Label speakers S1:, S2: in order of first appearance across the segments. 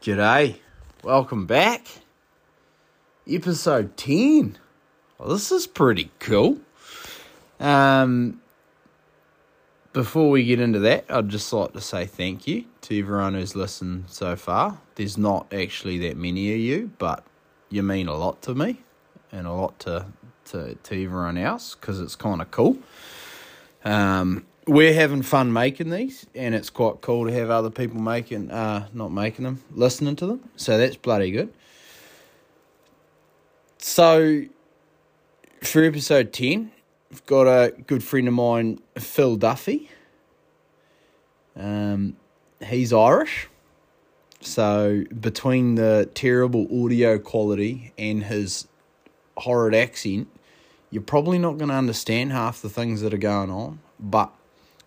S1: G'day, welcome back. Episode 10. Well, this is pretty cool. Um, before we get into that, I'd just like to say thank you to everyone who's listened so far. There's not actually that many of you, but you mean a lot to me and a lot to, to, to everyone else because it's kind of cool. Um, we're having fun making these, and it's quite cool to have other people making, uh, not making them, listening to them. So that's bloody good. So for episode 10, I've got a good friend of mine, Phil Duffy. Um, he's Irish. So between the terrible audio quality and his horrid accent, you're probably not going to understand half the things that are going on. But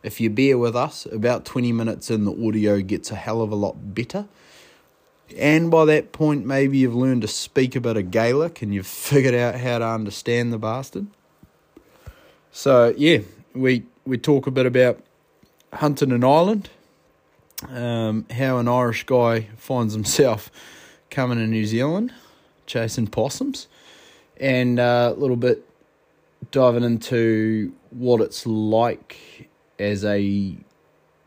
S1: if you bear with us, about 20 minutes in, the audio gets a hell of a lot better. And by that point, maybe you've learned to speak a bit of Gaelic and you've figured out how to understand the bastard. So yeah, we we talk a bit about hunting in Ireland, um, how an Irish guy finds himself coming to New Zealand, chasing possums, and uh, a little bit diving into what it's like as a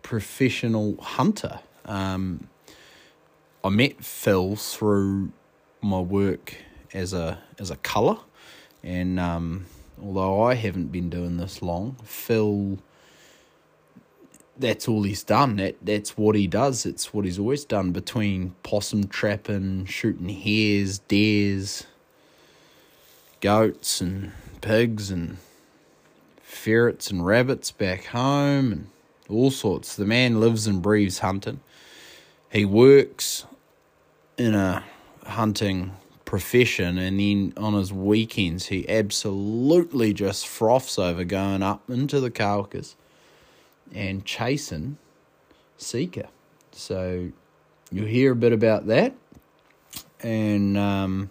S1: professional hunter. Um, I met Phil through my work as a as a colour, and um, although I haven't been doing this long, Phil. That's all he's done. That that's what he does. It's what he's always done. Between possum trapping, shooting hares, deers, goats, and pigs, and ferrets and rabbits back home and all sorts. The man lives and breathes hunting. He works in a hunting profession and then on his weekends he absolutely just froths over going up into the carcass and chasing seeker. So you'll hear a bit about that. And um,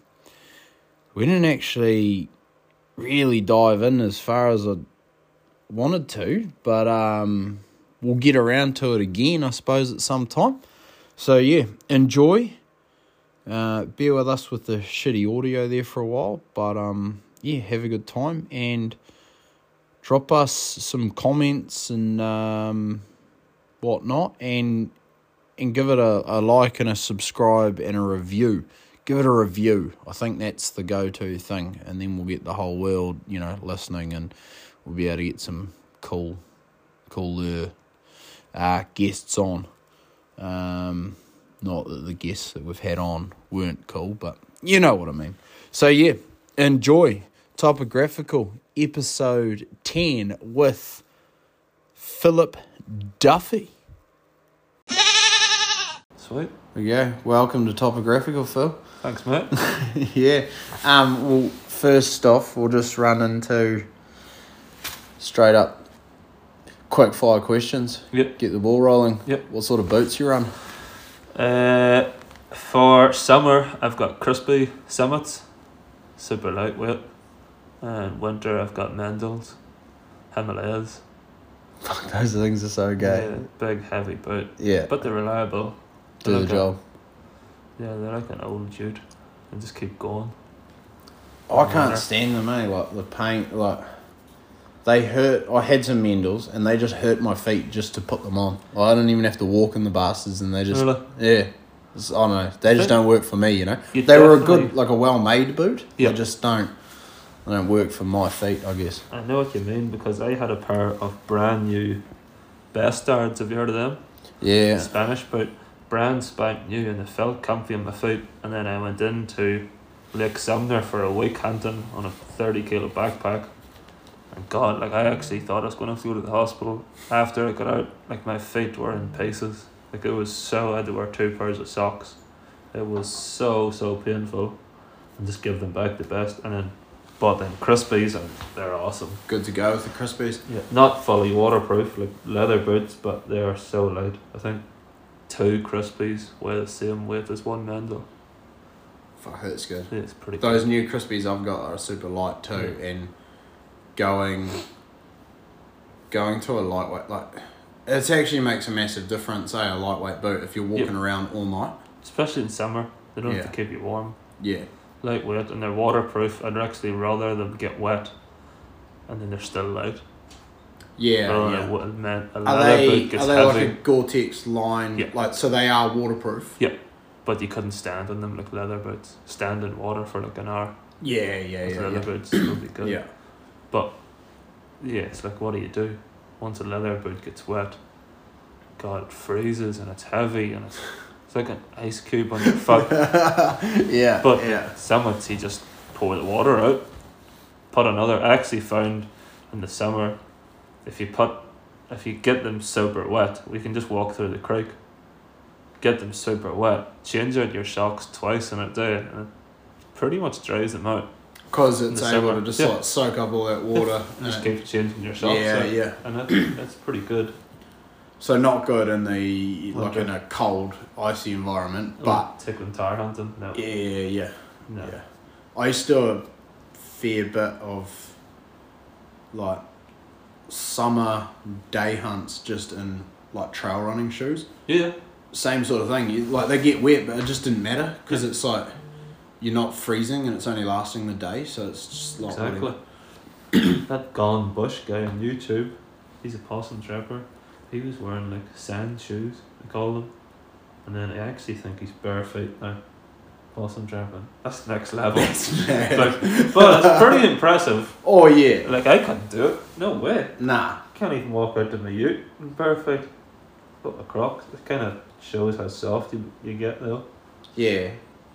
S1: we didn't actually really dive in as far as I wanted to, but um, we'll get around to it again, I suppose, at some time. So yeah, enjoy. Uh, bear with us with the shitty audio there for a while, but um, yeah, have a good time and drop us some comments and um, whatnot, and and give it a, a like and a subscribe and a review. Give it a review. I think that's the go to thing, and then we'll get the whole world, you know, listening and we'll be able to get some cool, cool uh, guests on. Um, not that the guests that we've had on weren't cool, but you know what I mean. So yeah, enjoy topographical episode ten with Philip Duffy. Sweet. There we go. Welcome to Topographical, Phil.
S2: Thanks, mate.
S1: yeah. Um, well, first off, we'll just run into straight up quick fire questions.
S2: Yep.
S1: Get the ball rolling.
S2: Yep.
S1: What sort of boots you run?
S2: Uh, for summer, I've got crispy summits, super lightweight. And winter, I've got mandals, Himalayas.
S1: Fuck, those things are so gay.
S2: Yeah, big heavy boot,
S1: Yeah.
S2: but they're reliable.
S1: do
S2: They're
S1: the
S2: like a-
S1: job.
S2: yeah, they're like an old dude, and just keep going.
S1: I can't stand them, eh? Like the paint, like they hurt. I had some Mendels, and they just hurt my feet just to put them on. Like, I don't even have to walk in the bastards, and they just
S2: Really?
S1: yeah. It's, I don't know. They just don't work for me, you know.
S2: You
S1: they were a good,
S2: definitely-
S1: like a well-made boot.
S2: Yeah.
S1: They just don't. They don't work for my feet, I guess.
S2: I know what you mean because I had a pair of brand new Bestards. Have you heard of them?
S1: Yeah.
S2: Spanish boot, brand spank new, and it felt comfy on my foot. And then I went into Lake Sumner for a week hunting on a 30 kilo backpack. And God, like I actually thought I was going to have to go to the hospital after I got out. Like my feet were in pieces. Like it was so, I had to wear two pairs of socks. It was so, so painful. And just give them back the best. And then bought them Crispies, and they're awesome.
S1: Good to go with the Crispies.
S2: Yeah, not fully waterproof, like leather boots, but they are so light. I think two Crispies weigh the same weight as one Mendel.
S1: Fuck, that's good.
S2: Yeah, it's pretty
S1: Those new Crispies I've got are super light too, and going going to a eh, lightweight like it actually makes a massive difference. Say a lightweight boot if you're walking around all night.
S2: especially in summer. They don't have
S1: Yeah.
S2: to keep you warm.
S1: Yeah.
S2: Lightweight and they're waterproof. I'd actually rather them get wet, and then they're still light.
S1: Yeah.
S2: rather
S1: yeah.
S2: than what- man, a
S1: Are
S2: leather
S1: they
S2: boot gets
S1: are they
S2: heavy,
S1: like a Gore-Tex line?
S2: Yeah.
S1: Like so they are waterproof.
S2: but you couldn't stand on them like leather boots. Stand in water for like an hour.
S1: Yeah, yeah,
S2: with
S1: yeah,
S2: leather
S1: yeah.
S2: boots would be good.
S1: Yeah.
S2: Yeah, it's like what do you do? Once a leather boot gets wet, God, it freezes and it's heavy and it's, it's like an ice cube on your foot.
S1: yeah.
S2: But-
S1: yeah.
S2: Summits, you just pour the water out, put another. I actually found in the summer, if you put, if you get them super wet, we can just walk through the creek. Get them super wet, change out your socks twice in a day, and it pretty much dries them out.
S1: Because
S2: in
S1: it's
S2: the
S1: able
S2: summer.
S1: to just
S2: Yeah.
S1: like soak up all that water.
S2: You just
S1: uh,
S2: keep changing your socks.
S1: yeah,
S2: out.
S1: yeah.
S2: And that, that's pretty good.
S1: So not good in the like
S2: Winter. Oh.
S1: in a cold, icy environment, but
S2: Like tickling tire hunting. No,
S1: yeah, yeah, yeah.
S2: no.
S1: Yeah. I used to do a fair bit of like summer day hunts just in like trail running shoes.
S2: Yeah,
S1: Same sort of thing. You, like they get wet, but it just didn't matter because it's like you're not freezing and it's only lasting the day, so it's just like whatever.
S2: exactly. that gone bush guy on YouTube, he's a possum trapper. He was wearing like sand shoes, they call them. And then I actually think he's bare feet now. Possum trapping. That's next level.
S1: That's mad.
S2: like, but it's pretty impressive.
S1: oh yeah,
S2: Like I couldn't do it. No way.
S1: nah.
S2: Can't even walk out to my ute in bare feet. Put my crocs. It kind of shows how soft you, you get though.
S1: Yeah,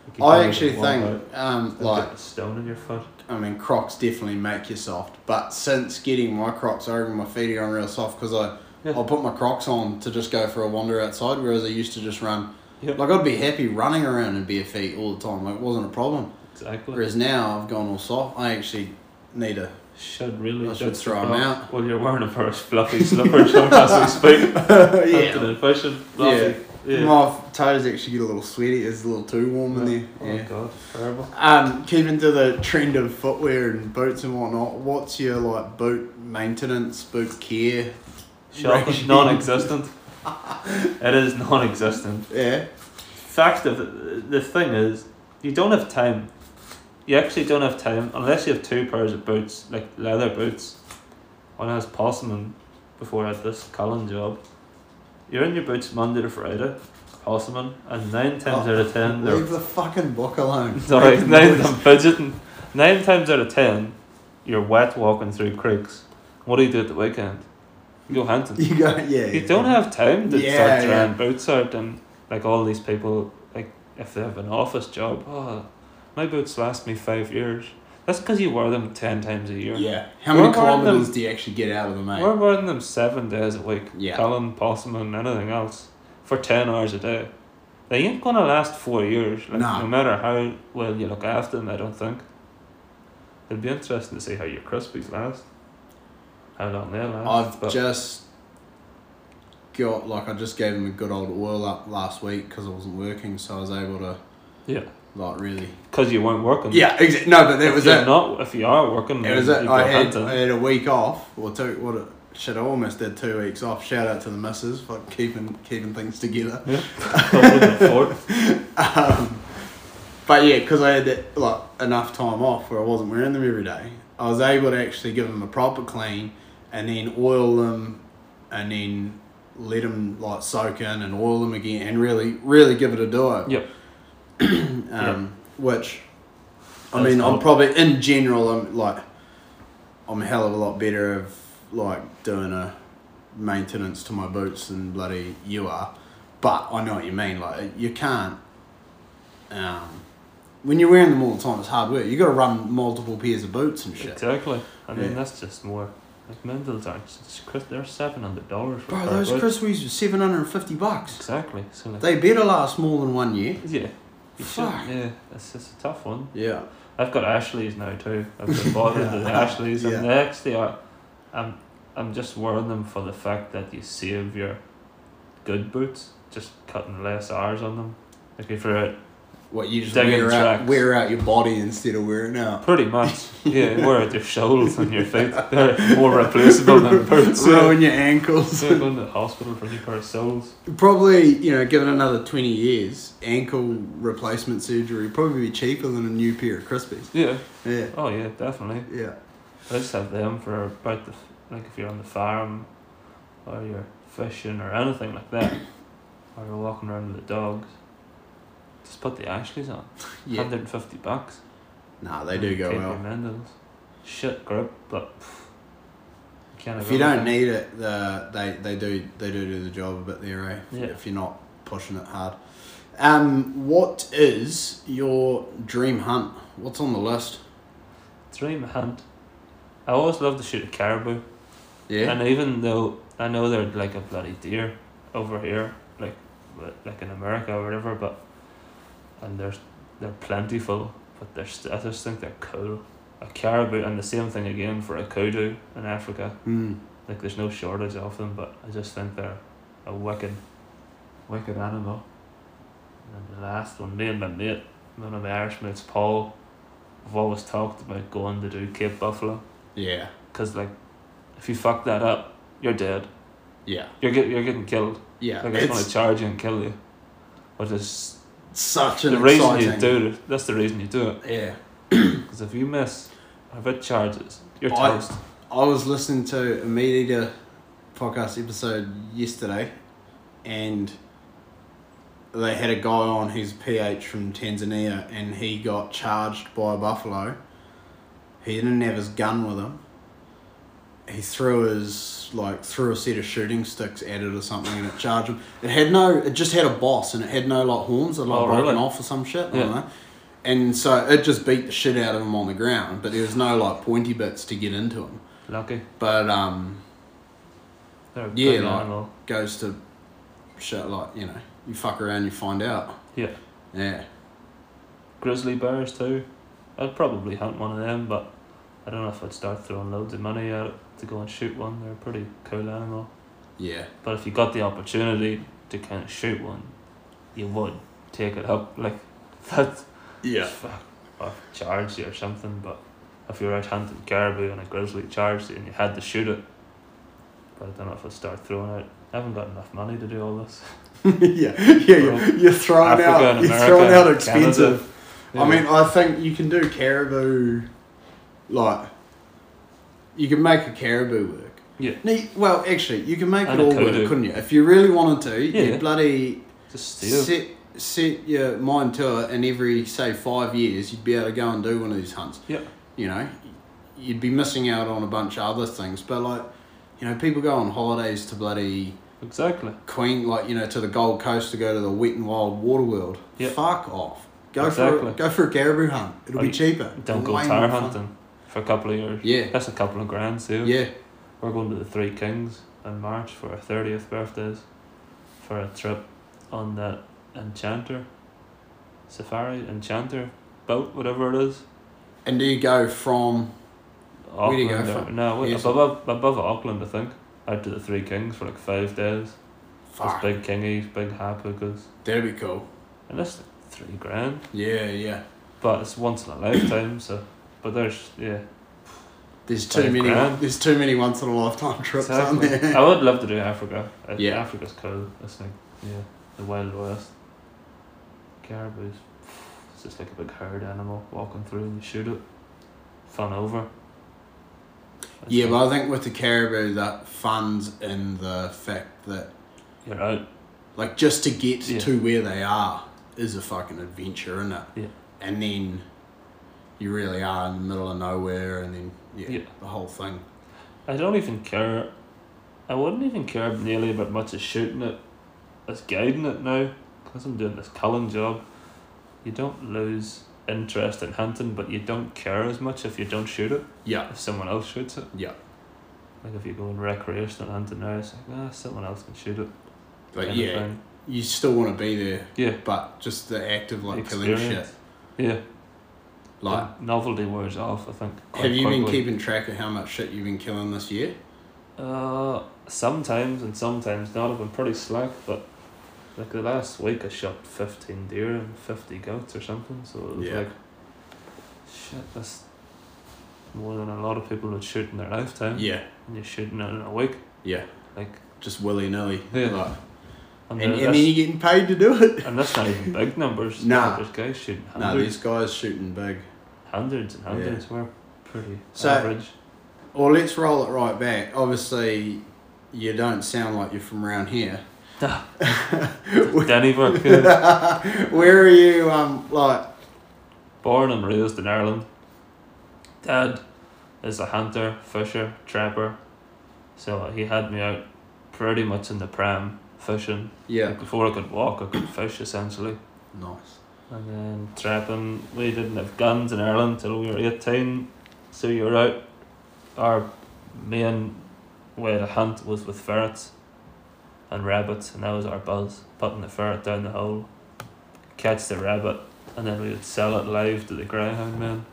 S2: Like, you
S1: I
S2: can't
S1: actually
S2: even walk out
S1: think um
S2: and
S1: like
S2: get a stone in your foot.
S1: I mean, Crocs definitely make you soft. But since getting my Crocs, I reckon my feet are on real soft because I
S2: Yeah.
S1: I'll put my Crocs on to just go for a wander outside, whereas I used to just run.
S2: Yeah.
S1: Like I'd be happy running around in bare feet all the time. Like it wasn't a problem.
S2: Exactly.
S1: Whereas now I've gone all soft. I actually need a.
S2: Should really
S1: I should
S2: just
S1: throw 'em
S2: about-
S1: out.
S2: Well, you're wearing a pair of fluffy slippers on as we speak. Hunting and fishing. Fluffy. Yeah.
S1: My toes actually get a little sweaty. It's a little too warm in there.
S2: Oh
S1: Yeah.
S2: god, terrible.
S1: Um, keeping to the trend of footwear and boots and whatnot, what's your like boot maintenance, boot care?
S2: Shopping
S1: regime?
S2: non-existent. it is non-existent.
S1: Yeah.
S2: Fact of the thing is, you don't have time. You actually don't have time unless you have two pairs of boots, like leather boots. When I was possuming before I had this Cullen job, you're in your boots Monday to Friday, possuming, and nine times
S1: Oh,
S2: out of ten they're
S1: Leave the fucking book alone.
S2: Um, Sorry,
S1: Making
S2: nine,
S1: noise.
S2: I'm fidgeting. Nine times out of ten, you're wet walking through creeks. What do you do at the weekend? You go hunting.
S1: You go, yeah.
S2: You don't have time to
S1: Yeah,
S2: start
S1: yeah.
S2: throwing boots out and like all these people, like if they have an office job, oh, my boots last me five years. That's because you wear them ten times a year.
S1: Yeah. How
S2: We're
S1: many
S2: wearing them-
S1: kilometres do you actually get out of them, mate?
S2: We're wearing them seven days a week.
S1: Yeah.
S2: Cullen, possum, and anything else for 10 hours a day. They ain't gonna last four years. Like,
S1: Nah.
S2: No matter how well you look after them, I don't think. It'd be interesting to see how your Crispies last. How long they last.
S1: I've
S2: but
S1: just got like I just gave him a good old oil up last week because I wasn't working, so I was able to
S2: Yeah. Um,
S1: like really.
S2: Because you weren't working.
S1: Yeah, exactly. No, but that
S2: If
S1: was
S2: you're
S1: it.
S2: Not, if you are working,
S1: It was
S2: you
S1: it.
S2: go
S1: I had
S2: hunting.
S1: I had a week off or two. What a, shit! I almost did two weeks off. Shout out to the missus for keeping keeping things together.
S2: Yeah. I wouldn't afford.
S1: Um, but yeah, because I had that, like enough time off where I wasn't wearing them every day, I was able to actually give them a proper clean, and then oil them, and then let them like soak in and oil them again, and really, really give it a do.
S2: Yep.
S1: um, Which, I
S2: That's
S1: mean, I'm
S2: helped.
S1: probably in general, I'm like, I'm a hell of a lot better of like doing a maintenance to my boots than bloody you are. But I know what you mean. Like you can't. Um, when you're wearing them all the time, it's hard work. You got to run multiple pairs of boots and shit.
S2: Exactly. I mean,
S1: Yeah.
S2: that's just more. Like, Mendels aren't. It's, Chris- they're $700 for a
S1: Bro,
S2: pair of
S1: those
S2: boots.
S1: Crispies were seven hundred and fifty bucks.
S2: Exactly. So, like,
S1: They better last more than one year.
S2: Yeah. You should,
S1: Fuck.
S2: yeah, it's, it's a tough one.
S1: Yeah.
S2: I've got Ashley's now too. I've been bothered with
S1: Yeah.
S2: Ashley's,
S1: Yeah.
S2: and they actually are. I'm, I'm just wearing them for the fact that you save your good boots, just cutting less hours on them. Like if you're out
S1: What you just
S2: Digging
S1: wear out,
S2: tracks.
S1: wear out your body instead of wearing out.
S2: Pretty much, yeah. you Wear out your shoulders and your feet. They're more replaceable than boots. So
S1: Ruin your ankles.
S2: going to the hospital for a new pair of soles.
S1: Probably, you know, given another twenty years, ankle replacement surgery would probably be cheaper than a new pair of Crispies.
S2: Yeah.
S1: Yeah,
S2: Oh yeah, definitely.
S1: yeah.
S2: I just have them for about the like if you're on the farm, or you're fishing or anything like that, or you're walking around with the dogs. Just put the Ashleys on.
S1: Yeah.
S2: Hundred and fifty bucks.
S1: Nah, they do go
S2: Keep your
S1: well.
S2: Mendel's. Shit grip, but pff, you can't
S1: If
S2: have
S1: you don't
S2: everything.
S1: need it, the, they they do they do do the job a bit there, eh?
S2: Yeah.
S1: If you're not pushing it hard. Um, what is your dream hunt? What's on the list?
S2: dream hunt. I always love to shoot a caribou.
S1: Yeah.
S2: And even though I know they're like a bloody deer over here, like but- like in America or whatever, but and they're they're plentiful, but they're st- I just think they're cool. A caribou and the same thing again for a kudu in Africa.
S1: Hmm.
S2: Like there's no shortage of them, but I just think they're a wicked, wicked animal. And then the last one, me and my mate, one of my Irish mates, Paul, we've always talked about going to do Cape Buffalo,
S1: Yeah.
S2: cause like, if you fuck that up, you're dead.
S1: Yeah.
S2: You're get, you're getting killed.
S1: Yeah.
S2: Like, they're going to
S1: it's
S2: charge you and kill you. Which is
S1: such an
S2: the reason
S1: exciting.
S2: you do it. That's the reason you do it.
S1: Yeah.
S2: Because if you miss, if it charges, you're
S1: I-
S2: toast.
S1: I was listening to a meat eater podcast episode yesterday, and they had a guy on who's PH from Tanzania, and he got charged by a buffalo. He didn't have his gun with him. He threw his like threw a set of shooting sticks at it or something, and it charged him. It had no, it just had a boss, and it had no like horns. It like
S2: Oh,
S1: broken
S2: really?
S1: off or some shit. I
S2: Yeah.
S1: don't know. And so it just beat the shit out of him on the ground, but there was no like pointy bits to get into him.
S2: Lucky.
S1: But um,
S2: They're a
S1: Yeah,
S2: big
S1: like-
S2: animal.
S1: goes to shit like you know you fuck around, you find out.
S2: Yeah.
S1: Yeah.
S2: Grizzly bears too. I'd probably hunt one of them, but I don't know if I'd start throwing loads of money at it to go and shoot one. They're a pretty cool animal.
S1: Yeah.
S2: But if you got the opportunity to kind of shoot one, you would take it up. Like that. Fuck, or charge you or something. But if you're out hunting caribou and a grizzly charged you and you had to shoot it, but I don't know if I'd start throwing it. I haven't got enough money to do all this.
S1: yeah. Yeah. You're, you're throwing
S2: Africa
S1: out.
S2: and
S1: You're
S2: America
S1: throwing out
S2: and
S1: expensive.
S2: Canada.
S1: I mean, I think you can do caribou, like. You can make a caribou work.
S2: Yeah.
S1: No, you- Well, actually, you can make
S2: And
S1: it
S2: a
S1: all work,
S2: kudu.
S1: couldn't you? If you really wanted to,
S2: Yeah.
S1: you bloody
S2: Just steal.
S1: set, set your mind to it, and every say five years, you'd be able to go and do one of these hunts.
S2: Yeah.
S1: you know, you'd be missing out on a bunch of other things. But like, you know, people go on holidays to bloody
S2: Exactly.
S1: Queen, like you know, to the Gold Coast to go to the Wet and Wild Water World.
S2: Yeah.
S1: Fuck off. Go for
S2: Exactly.
S1: a, go for a caribou hunt. It'll
S2: Or
S1: be
S2: you
S1: cheaper.
S2: Don't go
S1: Way
S2: tire
S1: more fun.
S2: hunting for a couple of years.
S1: Yeah,
S2: That's a couple of grand too.
S1: yeah,
S2: We're going to the Three Kings in March for our thirtieth birthdays, for a trip on that Enchanter, safari Enchanter boat, whatever it is.
S1: and do you go from?
S2: Auckland
S1: Where do you go
S2: or-
S1: from?
S2: No, wait,
S1: Yes.
S2: above above Auckland, I think. Out to the Three Kings for like five days. There's
S1: Fuck,
S2: big kingies, big hapukas,
S1: that'd be cool.
S2: and that's like three grand.
S1: Yeah, yeah.
S2: But it's once in a lifetime, so. But there's yeah.
S1: There's too
S2: Five
S1: many.
S2: grand.
S1: There's too many once in a lifetime trips,
S2: Exactly.
S1: aren't there?
S2: I would love to do Africa. Uh,
S1: Yeah.
S2: Africa's cool. It's like yeah, the wild west. Caribou's it's just like a big herd animal walking through and you shoot it. Fun over. It's
S1: Yeah,
S2: like
S1: but I think with the caribou, that funds in the fact that
S2: you're out.
S1: Like just to get
S2: Yeah.
S1: to where they are is a fucking adventure, isn't it?
S2: Yeah.
S1: And then you really are in the middle of nowhere, and then yeah,
S2: Yeah.
S1: the whole thing.
S2: I don't even care. I wouldn't even care nearly about much as shooting it, as guiding it now, because I'm doing this culling job. You don't lose interest in hunting, but you don't care as much if you don't shoot it,
S1: Yeah.
S2: if someone else shoots it.
S1: Yeah.
S2: Like if you go in recreational hunting now, it's like, ah, someone else can shoot it.
S1: But
S2: kind of
S1: yeah,
S2: thing.
S1: you still want to be there,
S2: Yeah.
S1: but just the act of like killing shit.
S2: Experience. Yeah.
S1: Like,
S2: the novelty wears off, I think. quite
S1: have you been
S2: quickly.
S1: keeping track of how much shit you've been killing this year?
S2: Uh, sometimes and sometimes not. I've been pretty slack, but Like the last week, I shot fifteen deer and fifty goats or something. So it was
S1: Yeah.
S2: like, shit, that's more than a lot of people would shoot in their lifetime.
S1: Yeah,
S2: And you're shooting it in a week,
S1: yeah.
S2: like.
S1: Just willy nilly.
S2: Yeah.
S1: Like, and,
S2: And,
S1: and
S2: that's,
S1: then you're getting paid to do it.
S2: and that's not even big numbers.
S1: Nah.
S2: There's guys shooting
S1: No,
S2: hundreds,
S1: these guys shooting big.
S2: hundreds and
S1: Yeah.
S2: hundreds. We're pretty
S1: So-
S2: average.
S1: Well, let's roll it right back. Obviously, you don't sound like you're from around here.
S2: Danny Burke,
S1: Where are you? Um, like,
S2: born and raised in Ireland. Dad is a hunter, fisher, trapper. So he had me out pretty much in the pram fishing.
S1: yeah.
S2: Before I could walk, I could fish essentially.
S1: Nice.
S2: And then trapping, we didn't have guns in Ireland till we were 18. So you were out. Our main way to hunt was with ferrets and rabbits, and that was our buzz. Putting the ferret down the hole, catch the rabbit, and then we would sell it live to the greyhound men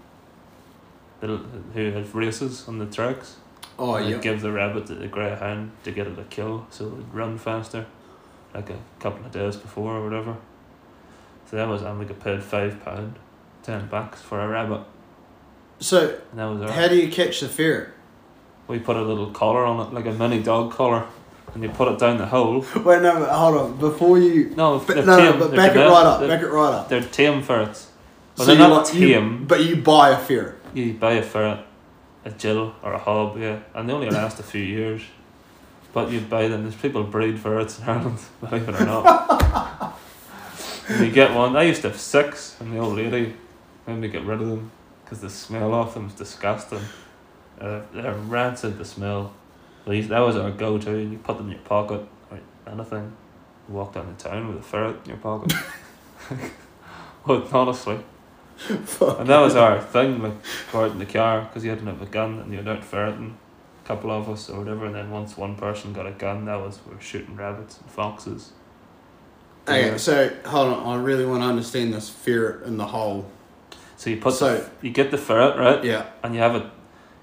S2: that'll- who have races on the tracks.
S1: Oh,
S2: They'd
S1: yeah.
S2: give the rabbit to the greyhound to get it a kill so it would run faster, like a couple of days before or whatever. So that was, and we got paid five pound, ten bucks for a rabbit,
S1: So,
S2: and that was our.
S1: how do you catch the ferret?
S2: We put a little collar on it, like a mini dog collar, and you put it down the hole.
S1: Wait, no, but hold on. Before you.
S2: No,
S1: But,
S2: they're
S1: no, no,
S2: tame-
S1: but
S2: they're
S1: back it
S2: bananas-
S1: right up.
S2: They're,
S1: Back it right up.
S2: they're tame ferrets.
S1: So
S2: Well, they're
S1: you
S2: not
S1: like- you-
S2: tame.
S1: But you buy a ferret.
S2: You buy a ferret, a jill or a hob, yeah, and they only last a few years. But you buy them. There's people breed ferrets in Ireland, believe it or not. And you get one. I used to have six, and the old lady made me get rid of them because the smell of them was disgusting. Uh, they're rancid. The smell. These that was our go-to. You put them in your pocket or anything. You walk down the town with a ferret in your pocket. Well, honestly. And that was our thing, like guarding in the car, because you hadn't have a gun and you were out ferreting, a couple of us or whatever. And then once one person got a gun, that was we were shooting rabbits and foxes.
S1: Okay,
S2: Yeah.
S1: so hold on. I really want to understand this ferret in the hole.
S2: So you put the-
S1: So-
S2: you get the ferret right,
S1: Yeah.
S2: and you have it.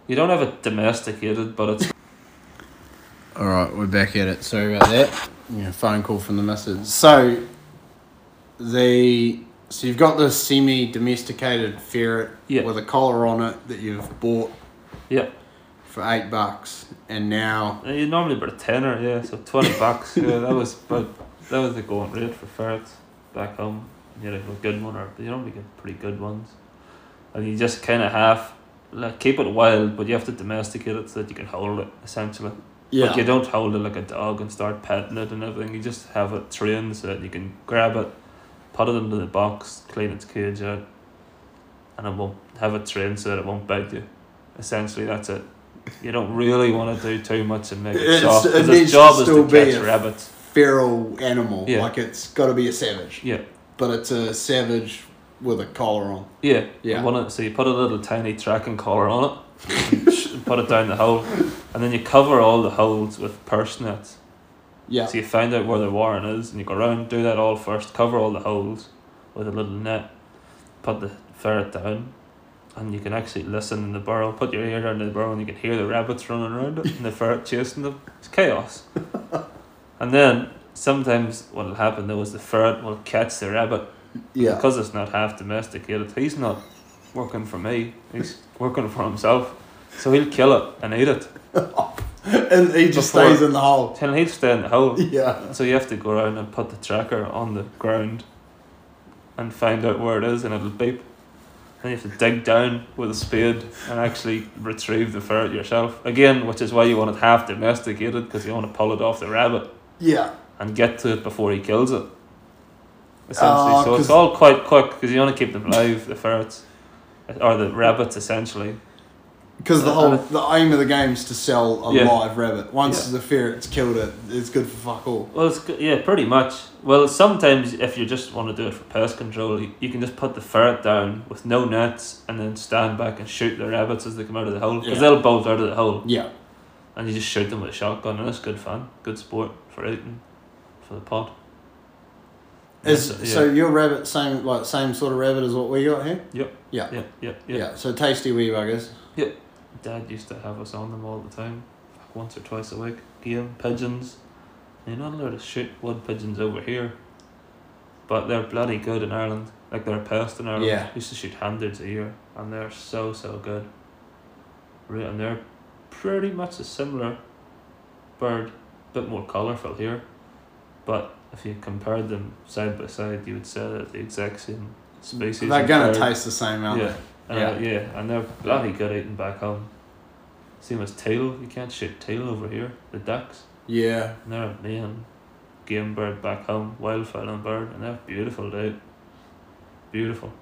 S2: You don't have it domesticated, but it's
S1: All right, we're back at it. Sorry about that. Yeah, phone call from the missus. So, the so you've got this semi-domesticated ferret
S2: Yeah.
S1: with a collar on it that you've bought
S2: yeah.
S1: for eight bucks, and now
S2: You normally about a tenner, yeah. So twenty bucks, yeah. That was but that was the going rate for ferrets back home. You had a good one, or you normally get pretty good ones, and you just kind of have like keep it wild, but you have to domesticate it so that you can hold it essentially.
S1: yeah,
S2: But you don't hold it like a dog and start petting it and everything. You just have it trained so that you can grab it, put it into the box, clean its cage out, and it won't have it trained so that it won't bite you. Essentially, that's it. You don't really want to do too much and make it
S1: It's-
S2: soft. 'cause
S1: it needs
S2: its
S1: to
S2: job is
S1: still
S2: to
S1: be
S2: catch
S1: a-
S2: rabbits.
S1: feral animal.
S2: Yeah.
S1: Like it's got to be a savage,
S2: Yeah,
S1: but it's a savage with a collar on.
S2: yeah,
S1: Yeah.
S2: You want it, so you put a little tiny tracking collar on it, and put it down the hole, and then you cover all the holes with purse nets.
S1: Yeah,
S2: So you find out where the warren is, and you go around, do that all first, cover all the holes with a little net, put the ferret down, and you can actually listen in the burrow. Put your ear down to the burrow, and you can hear the rabbits running around it and the ferret chasing them. It's chaos. and then sometimes what will happen though is the ferret will catch the rabbit
S1: yeah.
S2: because it's not half domesticated, he's not working for me. He's working for himself. So he'll kill it and eat it.
S1: and he just
S2: Before-
S1: stays in the hole.
S2: Till he'll stay in the hole.
S1: Yeah.
S2: So you have to go around and put the tracker on the ground and find out where it is and it'll beep. And you have to dig down with a spade and actually retrieve the ferret yourself. Again, which is why you want it half domesticated because you want to pull it off the rabbit
S1: Yeah.
S2: and get to it before he kills it. Essentially,
S1: Ah,
S2: so it's
S1: 'cause-
S2: all quite quick because you want to keep them alive, the ferrets or the rabbits, essentially.
S1: Because the
S2: Uh,
S1: whole
S2: uh,
S1: the aim of the game is to sell a
S2: Yeah.
S1: live rabbit. Once the ferret's killed it, it's good for fuck all.
S2: Well, it's g- yeah, pretty much. Well, sometimes if you just want to do it for pest control, you, you can just put the ferret down with no nets and then stand back and shoot the rabbits as they come out of the hole because
S1: Yeah.
S2: they'll bolt out of the hole
S1: Yeah.
S2: and you just shoot them with a shotgun and it's good fun, good sport for eating, for the pot.
S1: Is
S2: Yeah,
S1: so your rabbit same like same sort of rabbit as what we got here?
S2: Yep.
S1: Yeah.
S2: yeah, yeah, yeah.
S1: Yeah. So tasty wee buggers.
S2: Dad used to have us on them all the time, like once or twice a week. Game pigeons. You're not allowed to shoot wood pigeons over here. But they're bloody good in Ireland. Like they're a pest in Ireland.
S1: Yeah.
S2: Used to shoot hundreds a year, and they're so so good. Re- And they're pretty much a similar bird, bit more colourful here, but if you compared them side by side, you would say that the exact same species.
S1: They're
S2: of
S1: gonna
S2: bird.
S1: taste the same, aren't
S2: Yeah. Uh,
S1: Yeah.
S2: yeah. and they're bloody good eating back home. Same as teal, you can't shoot teal over here. The ducks,
S1: they? Yeah.
S2: and they're a main game bird back home, wildfowl and bird, and they're beautiful, dude. Beautiful.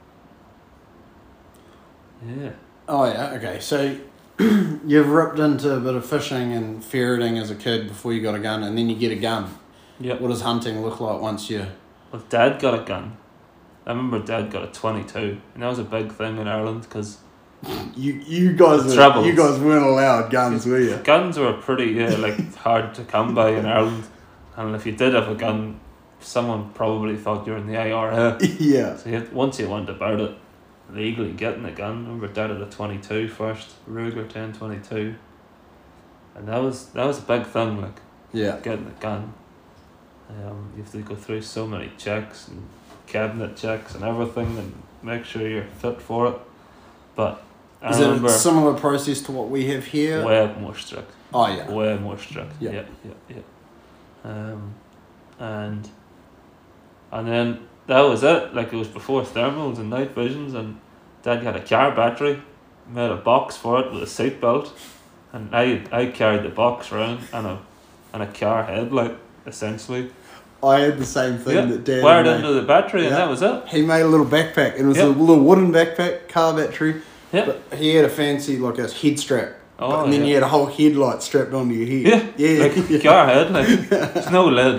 S2: Yeah.
S1: Oh yeah. Okay. So you've ripped into a bit of fishing and ferreting as a kid before you got a gun, and then you get a gun.
S2: Yep.
S1: What does hunting look like once you?
S2: Well, Dad got a gun. I remember Dad got a twenty two, and that was a big thing in Ireland because
S1: You you guys were,
S2: Troubles.
S1: you guys weren't allowed guns, were you?
S2: guns were pretty yeah, like hard to come by in Ireland, and if you did have a gun, someone probably thought you were in the IRA.
S1: yeah.
S2: So you had, once you learned about it, legally getting a gun, remember Dad had a 22 first, Ruger 10 22. And that was that was a big thing, like
S1: Yeah.
S2: getting a gun. Um, you have to go through so many checks and cabinet checks and everything and make sure you're fit for it. But I
S1: Is it
S2: remember
S1: a similar process to what we have here?
S2: way more strict
S1: oh yeah.
S2: way more strict.
S1: Yeah.
S2: yeah, yeah. yeah. Um, and and then that was it. Like it was before thermals and night visions, and Dad had a car battery, made a box for it with a seat belt, and I I carried the box around and a and a car headlight essentially
S1: I had the same thing
S2: yeah,
S1: that Dad.
S2: wired
S1: made.
S2: into the battery, and
S1: Yeah.
S2: that was it.
S1: He made a little backpack, and it was a
S2: Yeah.
S1: little wooden backpack, car battery.
S2: Yeah.
S1: But he had a fancy like a head strap.
S2: Oh,
S1: and then
S2: yeah.
S1: you had a whole headlight strapped onto your
S2: Yeah,
S1: head.
S2: like
S1: Yeah.
S2: car headlight. There's no lead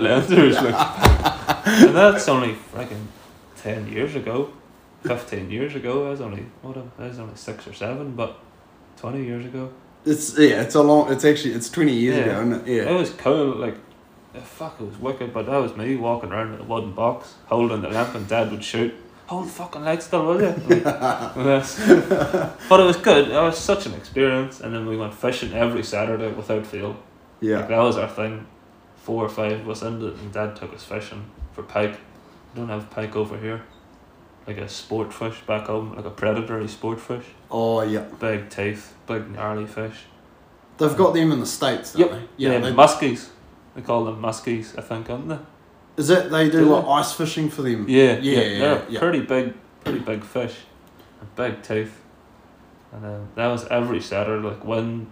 S2: lanterns, like, and that's only freaking ten years ago, fifteen years ago. I was only what? am- I was only six or seven, but twenty years ago,
S1: It's yeah, it's a long. It's actually it's twenty years
S2: Yeah.
S1: ago, isn't it?
S2: it
S1: Yeah.
S2: was cool. Like, eh, fuck, it was wicked. But that was me walking around with a wooden box, holding the lamp, and Dad would shoot. Hold the fucking light still, will you? Like, that's- but it was good. It was such an experience. And then we went fishing every Saturday without fail. Like,
S1: Yeah.
S2: that was our thing. Four or five of us into it, and Dad took us fishing for pike. We don't have pike over here. Like a sport fish back home, like a predatory sport fish.
S1: Oh yeah,
S2: Big teeth, big gnarly fish.
S1: they've got them in the states, don't they?
S2: Yeah,
S1: they,
S2: muskies. They call them muskies, I think, aren't they?
S1: is it they do
S2: Do
S1: like
S2: they?
S1: ice fishing for them?
S2: Yeah,
S1: yeah, yeah,
S2: they're
S1: yeah.
S2: pretty big, pretty big fish, and big teeth, and um, that was every Saturday, like wind,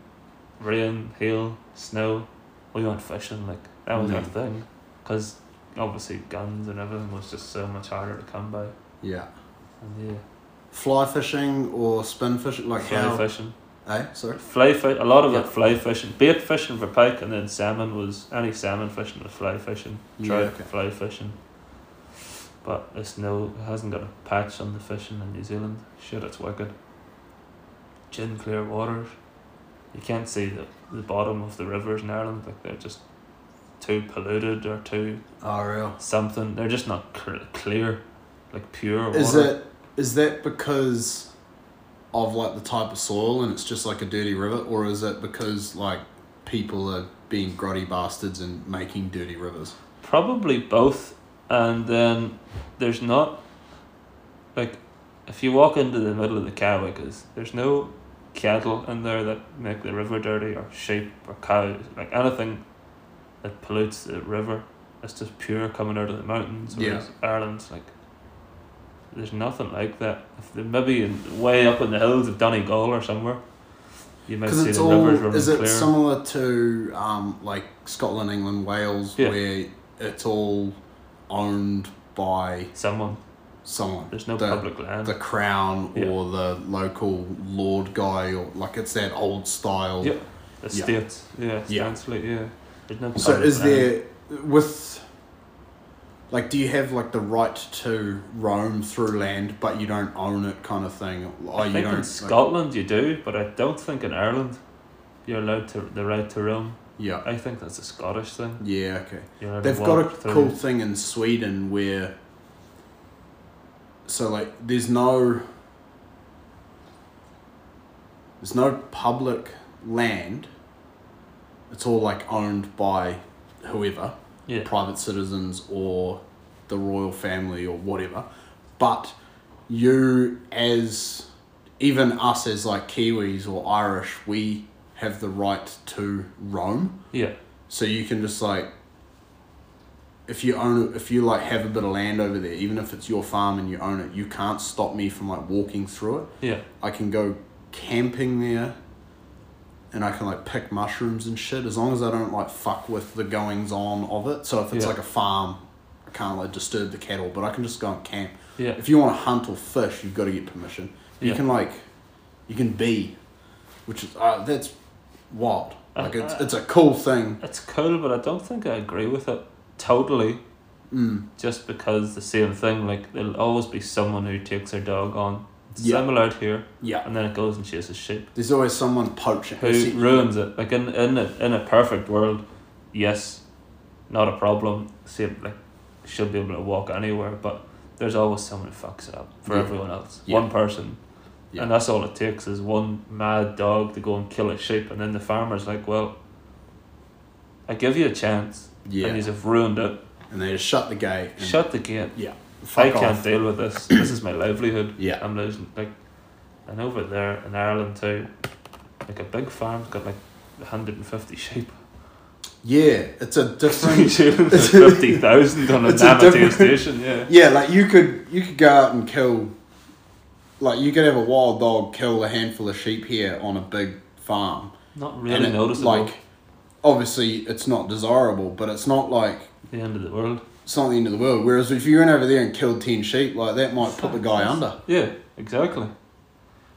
S2: rain, hail, snow, we went fishing. Like that was our
S1: Mm.
S2: thing, because obviously guns and everything was just so much harder to come by,
S1: Yeah.
S2: and yeah,
S1: Fly fishing or spin fishing, like
S2: fly
S1: how?
S2: fishing,
S1: Eh? Sorry.
S2: fly fish, a lot of
S1: Oh, Yeah.
S2: it fly fishing, bait fishing for pike, and then salmon was any salmon fishing was fly fishing,
S1: Yeah,
S2: trout
S1: okay.
S2: fly fishing. But it's no, it hasn't got a patch on the fishing in New Zealand. Shit, it's wicked. Gin clear waters. You can't see the, the bottom of the rivers in Ireland. Like they're just too polluted or too
S1: Oh real.
S2: something. They're just not cr- clear, like pure water.
S1: Is it is that because of like the type of soil and it's just like a dirty river, or is it because like people are being grotty bastards and making dirty rivers?
S2: Probably both, and then there's not like if you walk into the middle of the Cowickers, there's no cattle in there that make the river dirty or sheep or cows, like anything that pollutes the river. It's just pure coming out of the mountains.
S1: Yeah.
S2: Whereas Ireland's like there's nothing like that. If they maybe in, way up in the hills of Donegal or somewhere, you might
S1: Because
S2: see
S1: it's
S2: the
S1: all
S2: rivers running
S1: is it
S2: clear.
S1: similar to um like Scotland, England, Wales,
S2: Yeah.
S1: where it's all owned by
S2: Someone
S1: someone.
S2: there's no
S1: the,
S2: public land.
S1: the crown
S2: Yeah.
S1: or the local lord guy or like it's that old style.
S2: Yep. The
S1: Yeah.
S2: states, yeah,
S1: Yeah.
S2: Stansley, yeah. There's no
S1: So
S2: public
S1: is
S2: land.
S1: there with like do you have like the right to roam through land but you don't own it kind of thing? Or
S2: I
S1: Oh, you
S2: think
S1: don't
S2: in
S1: like-
S2: Scotland you do, but I don't think in Ireland you're allowed to the right to roam.
S1: yeah.
S2: I think that's a Scottish thing.
S1: Yeah, okay.
S2: You're allowed to
S1: They've got a
S2: walk through.
S1: cool thing in Sweden where so like there's no there's no public land. It's all like owned by whoever.
S2: Yeah.
S1: private citizens or the royal family or whatever, but you as even us as like Kiwis or Irish, we have the right to roam.
S2: Yeah.
S1: So you can just like if you own if you like have a bit of land over there, even if it's your farm and you own it, you can't stop me from like walking through it.
S2: Yeah.
S1: I can go camping there and I can like pick mushrooms and shit as long as I don't like fuck with the goings on of it. So if it's
S2: Yeah.
S1: like a farm, I can't like disturb the cattle, but I can just go and camp.
S2: Yeah.
S1: If you want to hunt or fish, you've got to get permission. You
S2: Yeah.
S1: can like, you can be, which is uh, that's wild. Like it's it's a cool thing.
S2: It's cool, but I don't think I agree with it totally.
S1: Mm.
S2: Just because the same thing, like there'll always be someone who takes their dog on. It's
S1: Yeah.
S2: similar out here,
S1: Yeah.
S2: and then it goes and chases sheep.
S1: There's always someone poaching.
S2: Who ruins it? Like in in a, in a perfect world, yes, not a problem. Same like she'll be able to walk anywhere, but there's always someone who fucks it up for
S1: Yeah.
S2: everyone else.
S1: Yeah.
S2: One person.
S1: Yeah.
S2: And that's all it takes is one mad dog to go and kill a sheep and then the farmer's like, Well, I give you a chance
S1: Yeah.
S2: and you have ruined it.
S1: And they just shut the gate. And
S2: Shut the gate.
S1: Yeah.
S2: I
S1: Fuck
S2: can't
S1: off.
S2: deal with this. this is my livelihood.
S1: Yeah.
S2: I'm losing like and over there in Ireland too, like a big farm's got like hundred and fifty sheep.
S1: Yeah. It's a different.
S2: fifty thousand on a
S1: It's a
S2: Namatea
S1: different-
S2: station, yeah.
S1: Yeah, like you could you could go out and kill, like you could have a wild dog kill a handful of sheep here on a big farm.
S2: Not
S1: And
S2: really
S1: it,
S2: noticeable
S1: Like, obviously, it's not desirable, but it's not like
S2: the end of the world.
S1: it's not the end of the world. Whereas if you went over there and killed ten sheep, like that might put the guy under.
S2: Yeah, exactly.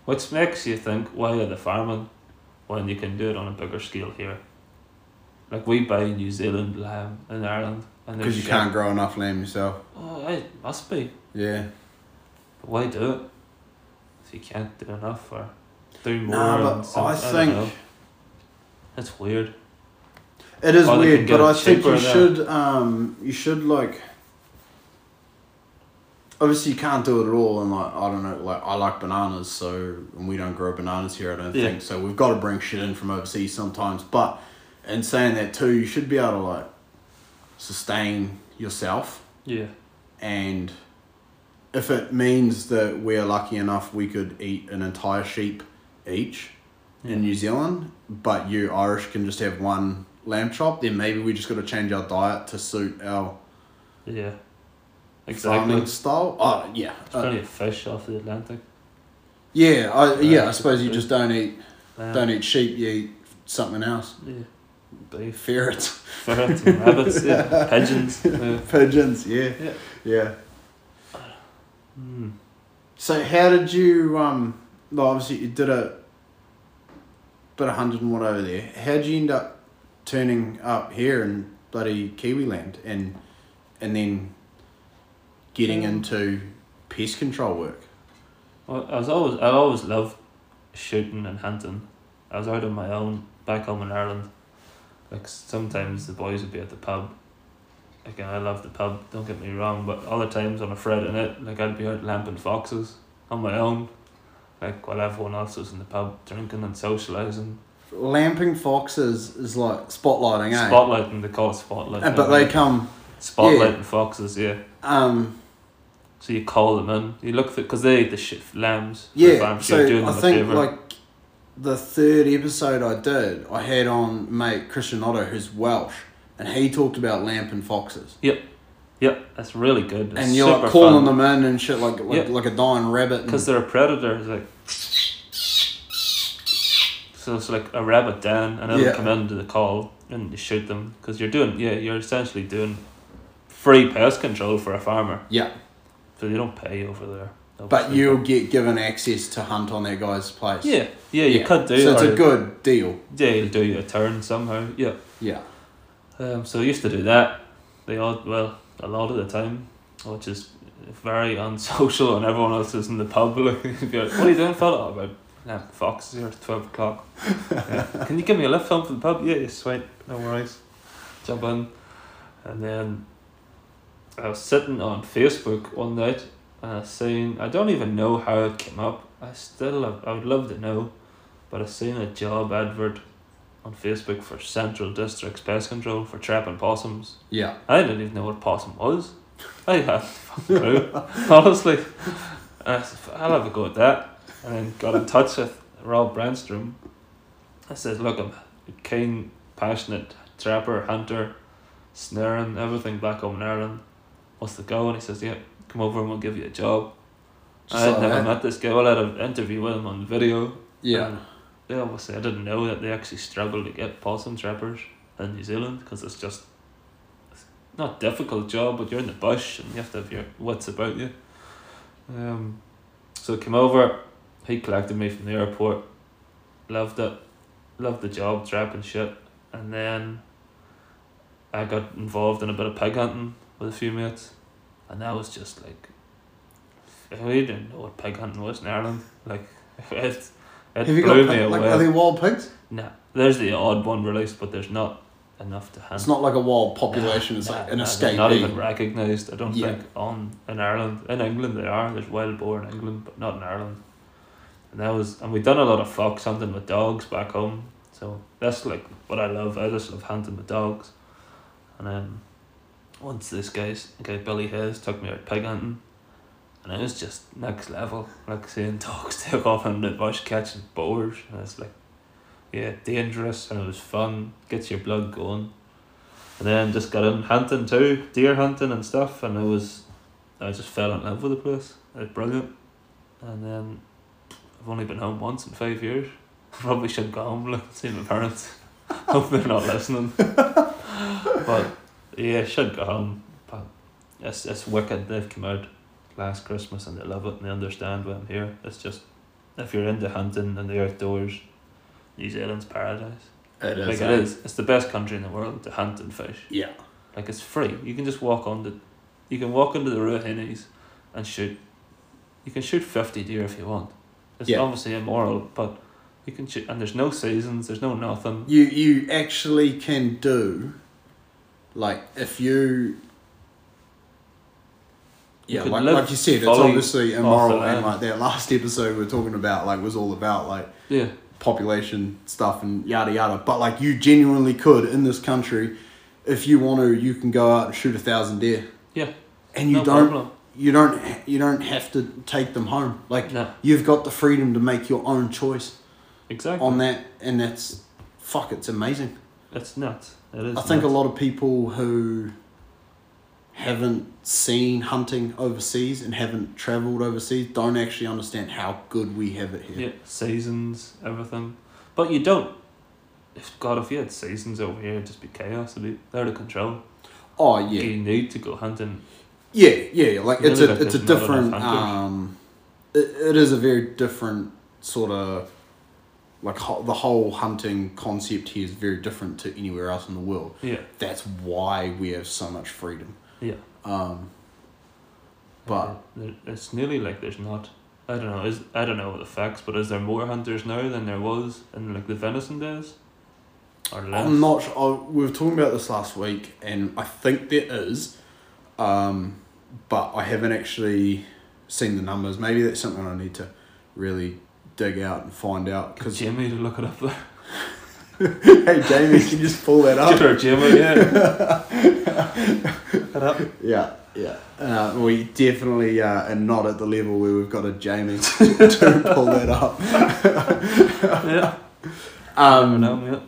S2: Which makes you think, why are the farming when you can do it on a bigger scale here? Like we buy New Zealand lamb in Ireland, and
S1: Because
S2: there's
S1: you
S2: sheep.
S1: can't grow enough lamb yourself.
S2: Oh, it must be.
S1: Yeah.
S2: But why do it if you can't do enough or do more?
S1: Nah,
S2: and
S1: but
S2: some,
S1: I
S2: don't know.
S1: think
S2: it's weird.
S1: it is
S2: Oh, they
S1: weird,
S2: can get
S1: but I
S2: it
S1: think you
S2: cheaper there.
S1: should um you should like. Obviously, you can't do it at all, and like I don't know, like I like bananas, so and we don't grow bananas here. I don't
S2: Yeah.
S1: think so. We've got to bring shit in from overseas sometimes, but in saying that too, you should be able to like sustain yourself
S2: Yeah,
S1: and if it means that we're lucky enough we could eat an entire sheep each
S2: Yeah.
S1: in New Zealand, but you Irish can just have one lamb chop, then maybe we just got to change our diet to suit our
S2: yeah, exactly.
S1: farming style. Oh yeah,
S2: There's
S1: Uh,
S2: plenty of fish off the Atlantic.
S1: yeah, I, yeah. I
S2: Uh,
S1: suppose you just don't eat
S2: Lamb,
S1: don't e- eat sheep. You eat something else.
S2: Um, Yeah, beef,
S1: Ferrets,
S2: ferrets, and rabbits, yeah, pigeons. Yeah.
S1: pigeons. Yeah,
S2: Yeah.
S1: yeah.
S2: Mm.
S1: So how did you um well obviously you did a bit of hundred and one over there. How'd you end up turning up here in bloody Kiwiland and and then getting
S2: Um,
S1: into pest control work?
S2: Well, I was always I always loved shooting and hunting. I was out on my own back home in Ireland. Like sometimes the boys would be at the pub. Again, I love the pub. Don't get me wrong, but other times on a Friday night, like I'd be out lamping foxes on my own, like while everyone else was in the pub drinking and socialising,
S1: Lamping foxes is like spotlighting, eh?
S2: spotlighting. They call it spotlight.
S1: Uh, But they come
S2: spotlighting foxes. Yeah.
S1: um
S2: So you call them in. You look because they eat the shit lambs. the
S1: yeah,
S2: farm,
S1: so
S2: you're doing
S1: I
S2: them a
S1: think
S2: favour.
S1: like the third episode I did, I had on mate Christian Otto who's Welsh and he talked about lamping foxes.
S2: Yep, that's really good. It's
S1: and you're like
S2: super
S1: calling
S2: fun.
S1: them in and shit like like,
S2: Yeah.
S1: like a dying rabbit. and-
S2: because they're a predator. It's like so, it's like a rabbit down, and it'll
S1: Yeah.
S2: come into the call and you shoot them because you're doing yeah, you're essentially doing free pest control for a farmer,
S1: yeah,
S2: so they don't pay over there.
S1: but
S2: obviously.
S1: you'll get given access to hunt on that guy's place.
S2: yeah yeah you could do
S1: So it's
S2: or-
S1: a good deal.
S2: yeah you'll do you a turn somehow yeah.
S1: Yeah,
S2: Um, so I used to do that. The odd, well, a lot of the time, which is very unsocial, and everyone else is in the pub. Like, if you're like, what are you doing, fella? Oh, about lamp fox here at twelve o'clock. Yeah. Can you give me a lift home from the pub? Yeah, yeah, sweet, no worries. Jump in, and then I was sitting on Facebook one night and I seen I don't even know how it came up. I still I would love to know, but I seen a job advert on Facebook for Central District's pest control for trapping possums.
S1: yeah,
S2: I didn't even know what possum was. I had fucking no. Honestly, I said, "F- I'll have a go at that. And then got in touch with Rob Brandstrom. I said, look, I'm a keen, passionate trapper, hunter, snaring, everything back home in Ireland. What's the go? And he says, yep, come over and we'll give you a job.
S1: Just
S2: I had
S1: like
S2: never
S1: that.
S2: met this guy. Well, I had an interview with him on video.
S1: Yeah.
S2: And they obviously, Um, I didn't know that they actually struggle to get possum trappers in New Zealand because it's just it's not a difficult job, but you're in the bush and you have to have your wits about you. Um, so I came over, he collected me from the airport, loved it, loved the job, trapping shit, and then I got involved in a bit of pig hunting with a few mates, and that was just like. We didn't know what pig hunting was in Ireland. Like, it, it
S1: Have you
S2: blew
S1: got
S2: me
S1: pig- like
S2: away.
S1: are they wild pigs?
S2: No, there's the odd one released, but there's not enough to handle.
S1: It's not like a wild population. It's like an escapee.
S2: Not even recognised. I don't
S1: Yeah.
S2: think on in Ireland. In England they are. There's wild boar in England, but not in Ireland. And that was and we done a lot of fox hunting with dogs back home. So that's like what I love. I just love hunting with dogs. And then once this guy's guy Billy Hayes took me out pig hunting and it was just next level. Like seeing dogs take off in the bush catching boars and it's like yeah, dangerous and it was fun, gets your blood going. And then just got in hunting too, deer hunting and stuff, and it was, I just fell in love with the place. It was brilliant. And then I've only been home once in five years. Probably should go home, look, see my parents. Hope they're not listening. but yeah, should go home. But it's, it's wicked. They've come out last Christmas and they love it and they understand why I'm here. It's just, if you're into hunting and the outdoors, New Zealand's paradise.
S1: It is.
S2: Like it is. It's the best country in the world to hunt and fish.
S1: Yeah.
S2: Like it's free. You can just walk on the, you can walk into the Ruahinis, and shoot. You can shoot fifty deer if you want. It's
S1: Yeah.
S2: obviously immoral, but you can shoot. And there's no seasons. There's no nothing.
S1: You you actually can do, like if you. Yeah,
S2: could
S1: like,
S2: live
S1: like you said, it's
S2: fully
S1: obviously
S2: off
S1: immoral,
S2: the
S1: and
S2: land.
S1: like that last episode we were talking about, like was all about like
S2: Yeah.
S1: population stuff and yada yada. But like you genuinely could in this country, if you want to, you can go out and shoot a thousand deer,
S2: Yeah.
S1: and you
S2: no
S1: don't
S2: problem.
S1: you don't ha- you don't have to take them home. Like
S2: No.
S1: you've got the freedom to make your own choice
S2: Exactly.
S1: on that, and that's fuck. It's amazing.
S2: it's nuts. It is.
S1: I think a
S2: nuts.
S1: lot of people who haven't seen hunting overseas and haven't travelled overseas don't actually understand how good we have it here.
S2: Yeah. Seasons. Everything. But you don't. If God, if you had seasons over here, it'd just be chaos. It'd be out of control.
S1: Oh yeah,
S2: You need to go hunting.
S1: yeah, yeah. Like
S2: You
S1: it's
S2: know that
S1: a it's a
S2: there's not
S1: different.
S2: enough hunters.
S1: Um, it, it is a very different sort of like ho- the whole hunting concept here is very different to anywhere else in the world.
S2: Yeah.
S1: That's why we have so much freedom.
S2: Yeah.
S1: Um, but
S2: There- it's nearly like there's not. I don't know. Is I don't know the facts, but is there more hunters now than there was in like the venison days, or less?
S1: I'm not. Sure. I- We were talking about this last week, and I think there is, um, but I haven't actually seen the numbers. Maybe that's something I need to really dig out and find out. Because hey,
S2: Jamie to look it up there.
S1: Jamie, can you just pull that
S2: Get
S1: up?
S2: her, Jamie. Yeah. Look it up.
S1: Yeah, yeah. Uh, we definitely uh, are not at the level where we've got a Jamie to pull that up.
S2: Yeah. I
S1: Um,
S2: know, mate.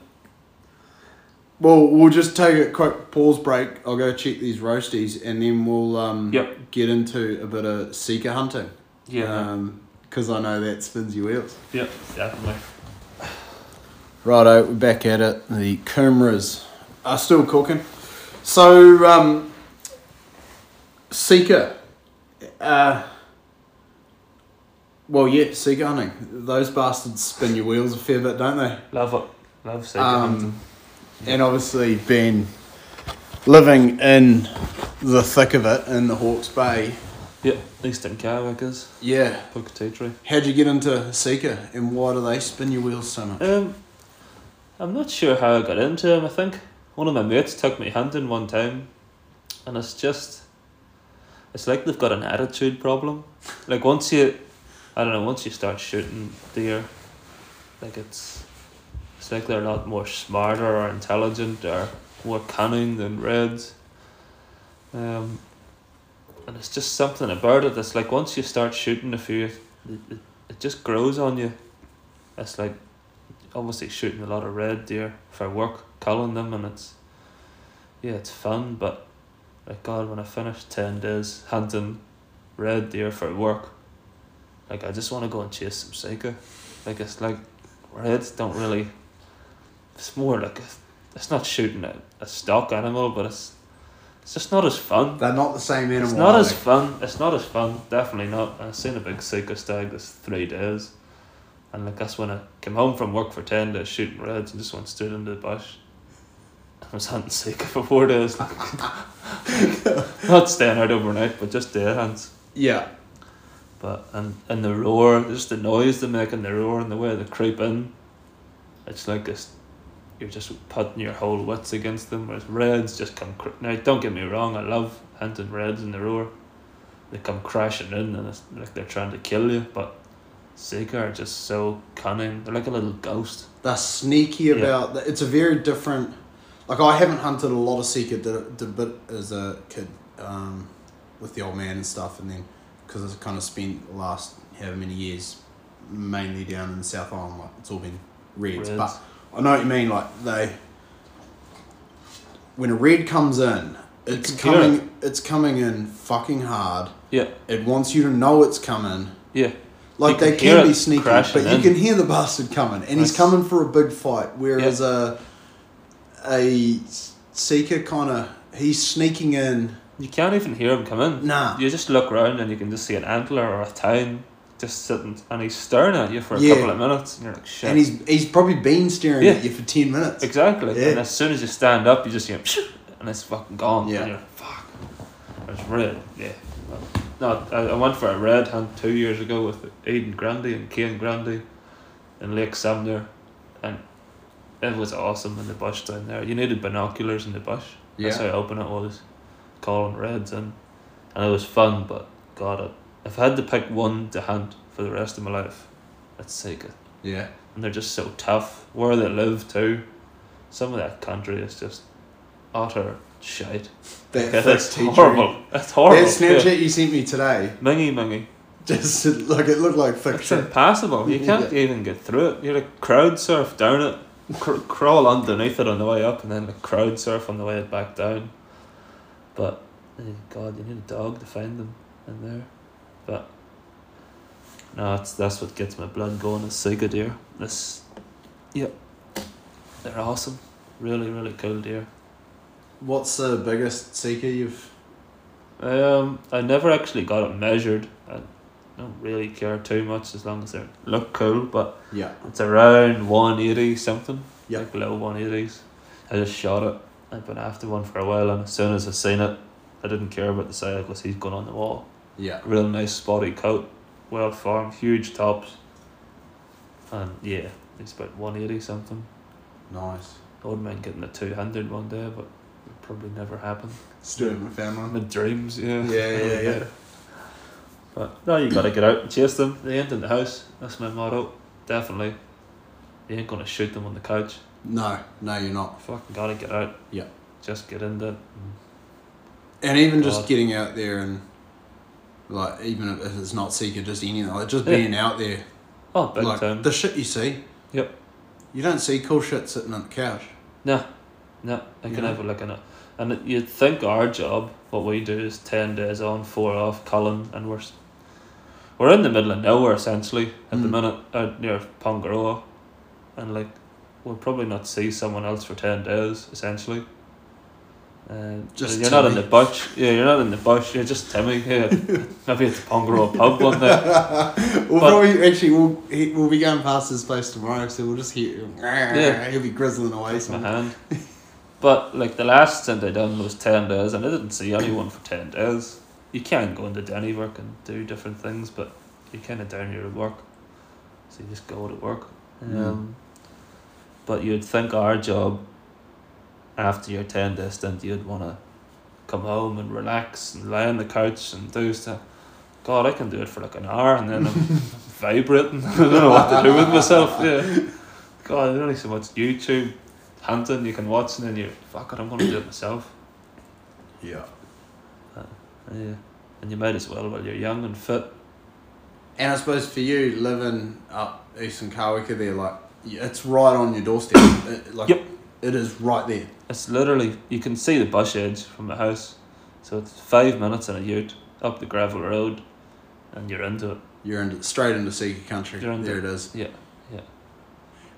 S1: Well, we'll just take a quick pause break. I'll go check these roasties, and then we'll um,
S2: Yep.
S1: get into a bit of seeker hunting.
S2: Yeah.
S1: Because I know that spins your wheels.
S2: yeah. Definitely.
S1: Righto, we're back at it. The Coomras are still cooking. So, um, Seeker. Uh, well, yeah, Seeker hunting. Those bastards spin your wheels a fair bit, don't they?
S2: Love it. Love seeking
S1: Um,
S2: hunting.
S1: And obviously, been living in the thick of it in the Hawke's Bay.
S2: Yeah. Eastern Carwickers,
S1: Yeah.
S2: Puketee Tree.
S1: How'd you get into Seeker and why do they spin your wheels so much?
S2: Um, I'm not sure how I got into him. I think one of my mates took me hunting one time, and it's just, it's like they've got an attitude problem. Like once you, I don't know, once you start shooting deer, like it's, it's like they're not more smarter or intelligent or more cunning than reds. Um, and it's just something about it. It's like once you start shooting a few, it, it, it just grows on you. It's like obviously shooting a lot of red deer for work, culling them, and it's yeah, it's fun. But like God, when I finish ten days hunting red deer for work, like I just want to go and chase some psycho. Like it's like reds don't really. It's more like a, it's not shooting a, a stock animal, but it's it's just not as fun.
S1: They're not the same animal.
S2: It's not
S1: are
S2: as
S1: they?
S2: fun. It's not as fun. Definitely not. I seen a big psycho stag this three days, and like that's when I came home from work for ten days shooting reds and just went straight into the bush. I was hunting psycho for four days, not staying out overnight, but just day hunts.
S1: yeah.
S2: But and and the roar, just the noise they make and the roar and the way they creep in, it's like this. You're just putting your whole wits against them. Whereas reds just come. Cr- now don't get me wrong, I love hunting reds in the roar. They come crashing in and it's like they're trying to kill you. But Seeker are just so cunning. They're like a little ghost.
S1: They're sneaky
S2: Yeah.
S1: about. The, it's a very different. Like I haven't hunted a lot of seeker, did, did a bit as a kid, um, with the old man and stuff, and then because I kind of spent the last however many years mainly down in the South Island, like it's all been reds.
S2: Reds.
S1: But I know what you mean. Like they, when a red comes in, it's
S2: can hear
S1: coming. It's coming in fucking hard.
S2: Yeah,
S1: It wants you to know it's coming.
S2: yeah.
S1: Like
S2: You
S1: they
S2: can hear
S1: can be
S2: it
S1: sneaky, but
S2: crashing
S1: you
S2: in.
S1: can hear the bastard coming, and he's
S2: That's-
S1: coming for a big fight. Whereas a a seeker kind of he's sneaking in.
S2: You can't even hear him come in.
S1: Nah,
S2: You just look round and you can just see an antler or a town just sitting and he's staring at you for a
S1: Yeah.
S2: couple of minutes and you're like shit.
S1: and he's he's probably been staring
S2: Yeah.
S1: at you for ten minutes.
S2: Exactly.
S1: Yeah.
S2: And as soon as you stand up, you just hear and it's fucking gone.
S1: Yeah.
S2: And you're like, fuck. It's red. Yeah. No, I, I went for a red hunt two years ago with Eden Grundy and Kane Grundy in Lake Sumner, and it was awesome in the bush down there. You needed binoculars in the bush. That's how open it was, calling reds in, and it was fun. But God, it, if I had to pick one to hunt for the rest of my life, it's Sega
S1: yeah.
S2: and they're just so tough where they live too. Some of that country is just utter shite.
S1: That
S2: Yeah,
S1: first
S2: that's
S1: teacher.
S2: horrible. That's
S1: That
S2: horrible.
S1: Snapchat
S2: yeah.
S1: you sent me today
S2: Mingy mingy.
S1: just like it looked like
S2: It's
S1: fiction.
S2: impassable. You can't even get through it. You're like crowd surf down it, cr- crawl underneath it on the way up, and then like crowd surf on the way back down. But eh, God, you need a dog to find them in there. But no, it's that's what gets my blood going. Is Sega deer. This, yep, they're awesome. Really, really cool deer.
S1: What's the biggest seeker you've?
S2: Um, I never actually got it measured. I don't really care too much as long as they look cool, but.
S1: Yeah,
S2: It's around 180 something.
S1: Yeah.
S2: Like low 180s. I just shot it. I've been after one for a while, and as soon as I seen it, I didn't care about the size because he's gone on the wall.
S1: yeah.
S2: Real nice spotty coat, well formed, huge tops. And yeah, it's about 180 something.
S1: Nice.
S2: I wouldn't mind getting a 200 one day, but it probably never happened.
S1: Still haven't found one.
S2: My dreams, yeah.
S1: Yeah, yeah, yeah.
S2: But no, you gotta get out and chase them. They ain't in the house. That's my motto. Definitely. You ain't gonna shoot them on the couch.
S1: No, no, you're not.
S2: Fucking Oh, gotta get out.
S1: Yeah.
S2: Just get in there.
S1: And even just
S2: God.
S1: getting out there and like even if it's not seeker, just anything like just
S2: Yeah.
S1: being out there,
S2: Oh, big
S1: like
S2: time.
S1: the shit you see.
S2: Yep.
S1: You don't see cool shit sitting on the couch.
S2: no, I can
S1: Yeah.
S2: have a look in it. And you'd think our job, what we do, is 10 days on, 4 off, culling, and we're, s- we're in the middle of nowhere essentially at the
S1: Mm.
S2: minute out near Pongaroa. And like, we'll probably not see someone else for 10 days essentially. Uh,
S1: Just
S2: you're not in the
S1: Timmy.
S2: bush. Yeah, you're not in the bush. You're just Timmy. Yeah, maybe at the Pongaroa pub one day.
S1: We'll probably actually we'll he, we'll be going past his place tomorrow, so we'll just hear him.
S2: Yeah. Uh-huh.
S1: He'll be grizzling away
S2: my
S1: somewhere.
S2: hand. But like the last stint I done was ten days, and I didn't see anyone for ten days. You can go into Denny work and do different things, but you're kind of down here at work, so you just go to work. Um, But you'd think our job, after your ten day stint, you'd wanna come home and relax and lie on the couch and do stuff. God, I can do it for like an hour, and then I'm vibrating. I don't know what to do with myself. Yeah. God, there's only so much YouTube hunting you can watch, and then you're fuck it. I'm gonna do it myself.
S1: Yeah.
S2: Yeah. and you might as well while you're young and fit.
S1: And I suppose for you living up Eastern Kawika there, like y- it's right on your doorstep. It- like
S2: Yep.
S1: it is right there.
S2: It's literally you can see the bush edge from the house, so it's five minutes in a ute up the gravel road, and you're into it.
S1: You're into straight into Sika country.
S2: You're into-
S1: there it is.
S2: Yeah,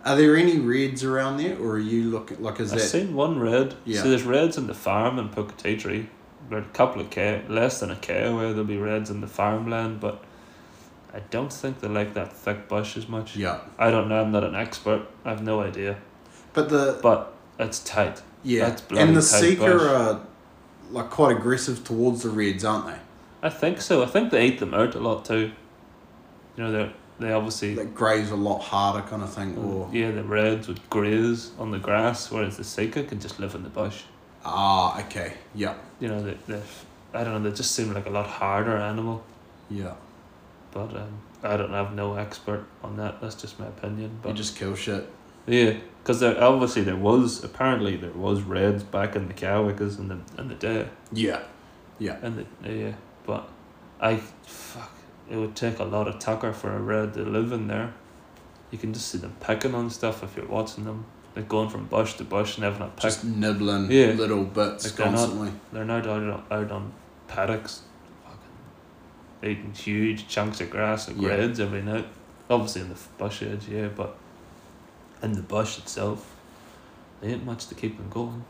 S1: Are there any reds around there, or are you looking like is
S2: I've
S1: that?
S2: seen one red.
S1: Yeah.
S2: So there's reds in the farm in Pukatitri. There are a couple of k less than a k away. There'll be reds in the farmland, but I don't think they like that thick bush as much.
S1: Yeah,
S2: I don't know. I'm not an expert. I've no idea,
S1: but the
S2: but it's tight.
S1: yeah,
S2: that's bloody
S1: and the
S2: tight
S1: Sika
S2: bush.
S1: are like quite aggressive towards the reds, aren't they?
S2: I think so. I think they eat them out a lot too. You know, they they obviously
S1: Like graze a lot harder, kind of thing. Or
S2: Mm, yeah, the reds would graze on the grass, whereas the seeker can just live in the bush.
S1: ah, okay, yeah,
S2: You know, they they I don't know. They just seem like a lot harder animal.
S1: yeah.
S2: But um, I don't have no expert on that. That's just my opinion.
S1: You
S2: But
S1: just kill shit.
S2: yeah, because there obviously there was apparently there was reds back in the Cowickers in the in the day
S1: Yeah,
S2: in the yeah. But I fuck it would take a lot of tucker for a red to live in there. You can just see them pecking on stuff if you're watching them. They're going from bush to bush and having a peck.
S1: just nibbling
S2: Yeah.
S1: little bits
S2: Like they're not-
S1: constantly.
S2: They're now out on, out on paddocks, fucking eating huge chunks of grass and
S1: Yeah.
S2: reds every night. Obviously in the f- bush edge, yeah, but in the bush itself, there ain't much to keep them going.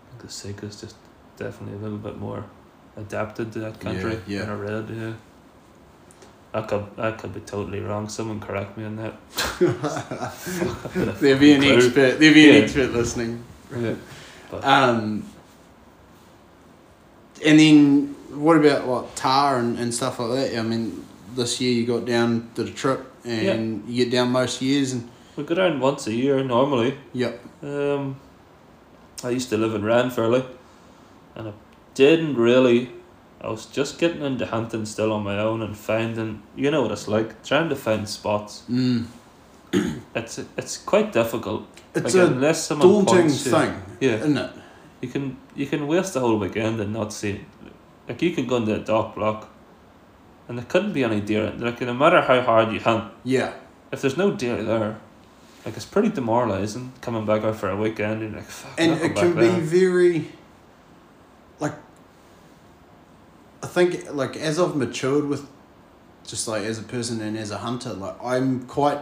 S2: I think the Seika's just definitely a little bit more adapted to that country
S1: Yeah, yeah.
S2: than a red, yeah. I could, I could be totally wrong. Someone correct me on that.
S1: There'd be an
S2: Clue.
S1: expert. There'd be an
S2: Yeah.
S1: expert listening.
S2: Yeah.
S1: Um, and then what about what tar and, and stuff like that? I mean, this year you got down to the trip, and you get down most years, and
S2: We go down once a year normally.
S1: yep,
S2: Um, I used to live in Ranfurly, and I didn't really. I was just getting into hunting still on my own and finding. You know what it's like trying to find spots.
S1: mm,
S2: It's it's quite difficult.
S1: it's
S2: Like,
S1: a
S2: unless someone
S1: daunting
S2: points you-
S1: thing,
S2: Yeah,
S1: isn't it?
S2: you can you can waste the whole weekend and not see. It. Like you can go into a dark block, and there couldn't be any deer. in- Like no matter how hard you hunt,
S1: Yeah,
S2: if there's no deer there, like it's pretty demoralizing coming back out for a weekend. And you're like, fuck. I'm
S1: and
S2: not going
S1: it
S2: back
S1: can be
S2: there."
S1: very, like, I think like as I've matured with, just like as a person and as a hunter, like I'm quite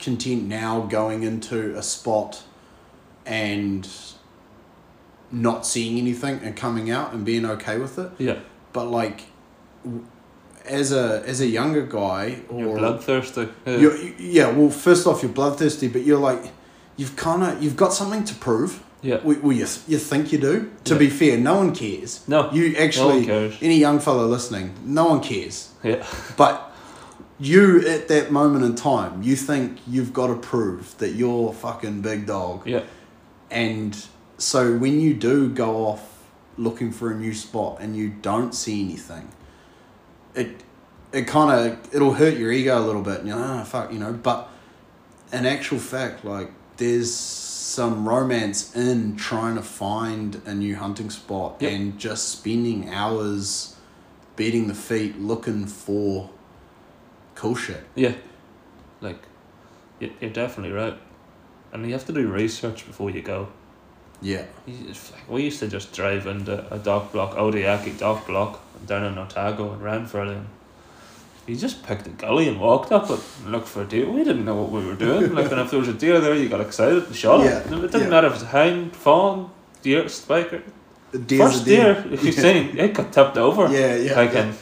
S1: content now going into a spot and not seeing anything and coming out and being okay with it.
S2: Yeah,
S1: But like, w- as a as a younger guy or
S2: you're bloodthirsty. Yeah.
S1: you're, you- yeah, well, first off, you're bloodthirsty, but you're like, you've kind of you've got something to prove.
S2: Yeah.
S1: Well, well you, th- you think you do. To
S2: Yeah.
S1: be fair, no one cares.
S2: No.
S1: You
S2: no one
S1: actually,
S2: cares.
S1: any young fellow listening, no one cares.
S2: Yeah.
S1: But you, at that moment in time, you think you've got to prove that you're fucking big dog.
S2: Yeah.
S1: And so when you do go off looking for a new spot and you don't see anything, it it kind of it'll hurt your ego a little bit. And you're like, oh, fuck, you know. But in actual fact, like there's some romance in trying to find a new hunting spot
S2: Yep.
S1: and just spending hours beating the feet looking for cool shit.
S2: Yeah. Like, you- you're definitely right. And you have to do research before you go.
S1: Yeah.
S2: You just- like, We used to just drive into a dock block, Odiaki dock block, down in Otago and ran for it. You just picked a gully and walked up it and looked for a deer. We didn't know what we were doing. Like, and if there was a deer there, you got excited and shot it.
S1: Yeah,
S2: It didn't
S1: yeah.
S2: matter if it was hind, fawn, deer, spiker.
S1: Deer's
S2: First
S1: a
S2: deer, if you've
S1: Yeah.
S2: seen, it got tipped over.
S1: Yeah, yeah.
S2: like
S1: yeah.
S2: and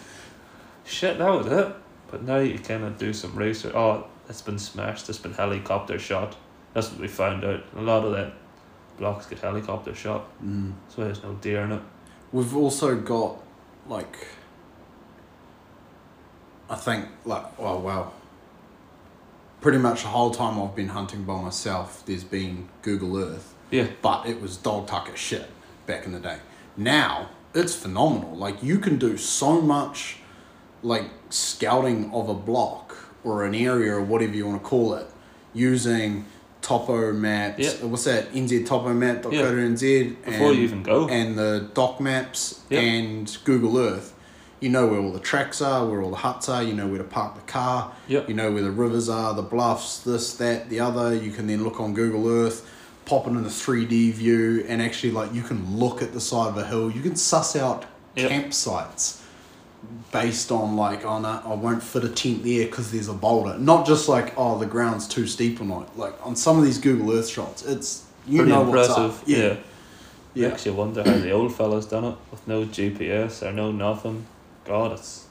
S2: shit that was it but now you kind of do some research oh it's been smashed it's been helicopter shot that's what we found out a lot of that blocks get helicopter shot
S1: Mm.
S2: so there's no deer in it
S1: We've also got like I think like oh wow. Pretty much the whole time I've been hunting by myself, there's been Google Earth.
S2: Yeah.
S1: But it was dog tucker shit back in the day. Now it's phenomenal. Like you can do so much like scouting of a block or an area or whatever you want to call it using topo maps.
S2: Yeah.
S1: What's that? NZ topo map,
S2: Yeah.
S1: Dakota NZ.
S2: before
S1: and-
S2: you even go
S1: and the doc maps
S2: Yep.
S1: and Google Earth, you know where all the tracks are, where all the huts are, you know where to park the car,
S2: Yep.
S1: you know where the rivers are, the bluffs, this, that, the other. You can then look on Google Earth, pop it in a 3D view, and actually, like, you can look at the side of a hill. You can suss out
S2: Yep.
S1: campsites based on, like, oh, no, I won't fit a tent there because there's a boulder. Not just like, oh, the ground's too steep or not. Like, on some of these Google Earth shots, it's, you
S2: Pretty
S1: know
S2: impressive.
S1: what's up.
S2: yeah.
S1: Yeah.
S2: Makes you wonder how the old fella's done it with no GPS or no nothing. God, it's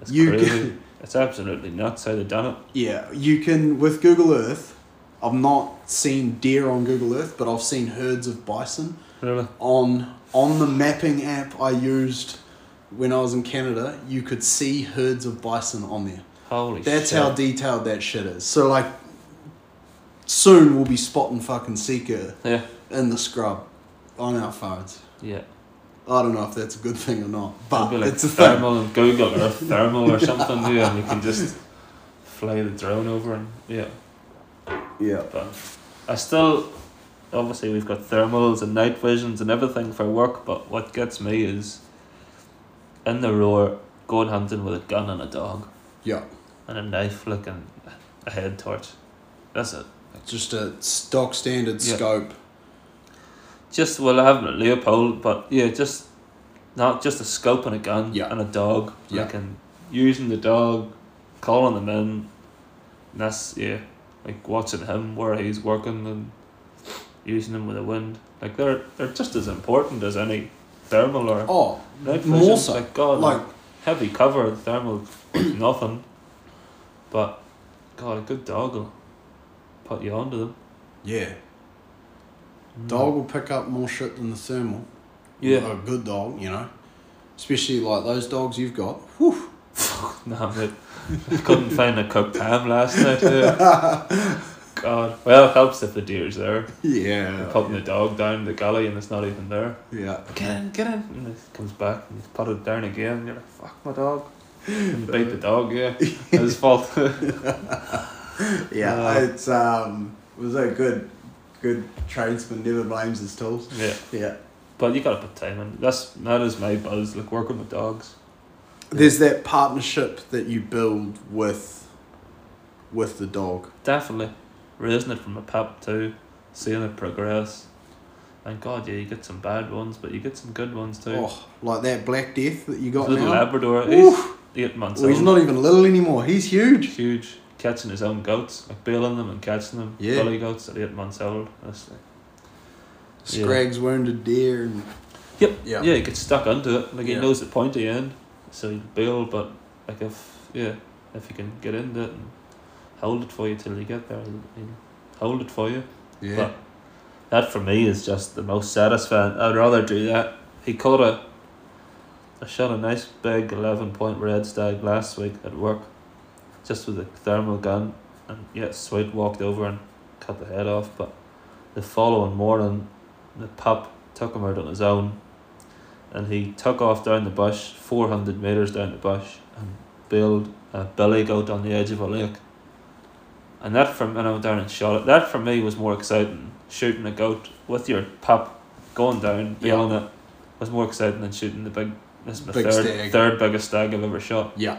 S2: it's
S1: You
S2: crazy. it's absolutely nuts how they done it.
S1: Yeah, you can with Google Earth. I've not seen deer on Google Earth, but I've seen herds of bison
S2: Really?
S1: on on the mapping app I used when I was in Canada. You could see herds of bison on there.
S2: Holy
S1: That's
S2: shit.
S1: how detailed that shit is. So like, soon we'll be spotting fucking seeker
S2: Yeah.
S1: in the scrub on our phones.
S2: Yeah.
S1: I don't know if that's a good thing or not, but
S2: It'd be like um,
S1: it's a thing.
S2: thermal and Google or thermal or something new and you can just fly the drone over and yeah.
S1: Yeah.
S2: But I still obviously we've got thermals and night visions and everything for work, but what gets me is in the roar going hunting with a gun and a dog
S1: Yeah.
S2: and a knife like and a head torch. That's it.
S1: Just a stock standard
S2: Yeah.
S1: scope.
S2: Just well I haven't a Leopold, but yeah, just not just a scope and a gun
S1: Yeah.
S2: and a dog.
S1: Yeah.
S2: Like and using the dog, calling them in. And that's yeah. Like watching him where he's working and using him with the wind. Like they're they're just as important as any thermal or
S1: Oh,
S2: night
S1: more
S2: vision.
S1: so.
S2: Like oh, God
S1: like
S2: heavy cover thermal was nothing. But God, a good dog will put you onto them.
S1: Yeah. Dog will pick up more shit than the thermal.
S2: Yeah.
S1: A good dog, you know. Especially like those dogs you've got. Whew.
S2: No, mate. I couldn't find a cooked ham last night. yeah. God. Well, it helps if the deer's there. You're
S1: Yeah.
S2: putting the dog down the gully and it's not even there.
S1: Yeah.
S2: Get in, get in. And it comes back and you put it down again. And you're like, fuck my dog. And beat the dog, yeah. It's his fault.
S1: Yeah.
S2: Uh,
S1: it's um was that good good tradesman never blames his tools.
S2: yeah.
S1: Yeah.
S2: But you gotta put time in. That's, that is my buzz, like working with dogs.
S1: There's that partnership that you build with with the dog.
S2: Definitely. Raising it from a pup too. Seeing it progress. And God, yeah, you get some bad ones, but you get some good ones too.
S1: Oh, like that black death that you
S2: His
S1: got
S2: little
S1: now.
S2: Labrador,
S1: Oof.
S2: he's eight months
S1: Well, he's
S2: old.
S1: not even little anymore. He's huge.
S2: huge, catching his own goats, like bailing them and catching them.
S1: Yeah.
S2: Billy goats at eight months old. That's like, Yeah.
S1: Scrag's wounded deer and
S2: yep.
S1: Yeah.
S2: Yeah, he gets stuck into it. Like
S1: Yeah.
S2: he knows the pointy end, so he'll bail. But like if yeah, if he can get into it and hold it for you till you get there, he'll, he'll hold it for you.
S1: Yeah.
S2: But that for me is just the most satisfying. I'd rather do that. He caught a. I shot a nice big eleven point red stag last week at work, just with a thermal gun, and yeah, sweet walked over and cut the head off. But the following morning, the pup took him out on his own, and he took off down the bush, four hundred meters down the bush, and bailed a billy goat on the edge of a lake. And that from and I went down and shot it. That for me was more exciting. Shooting a goat with your pup going down,
S1: Yeah.
S2: bailing it was more exciting than shooting the big this is my
S1: Big
S2: third
S1: stag.
S2: third biggest stag I've ever shot.
S1: yeah.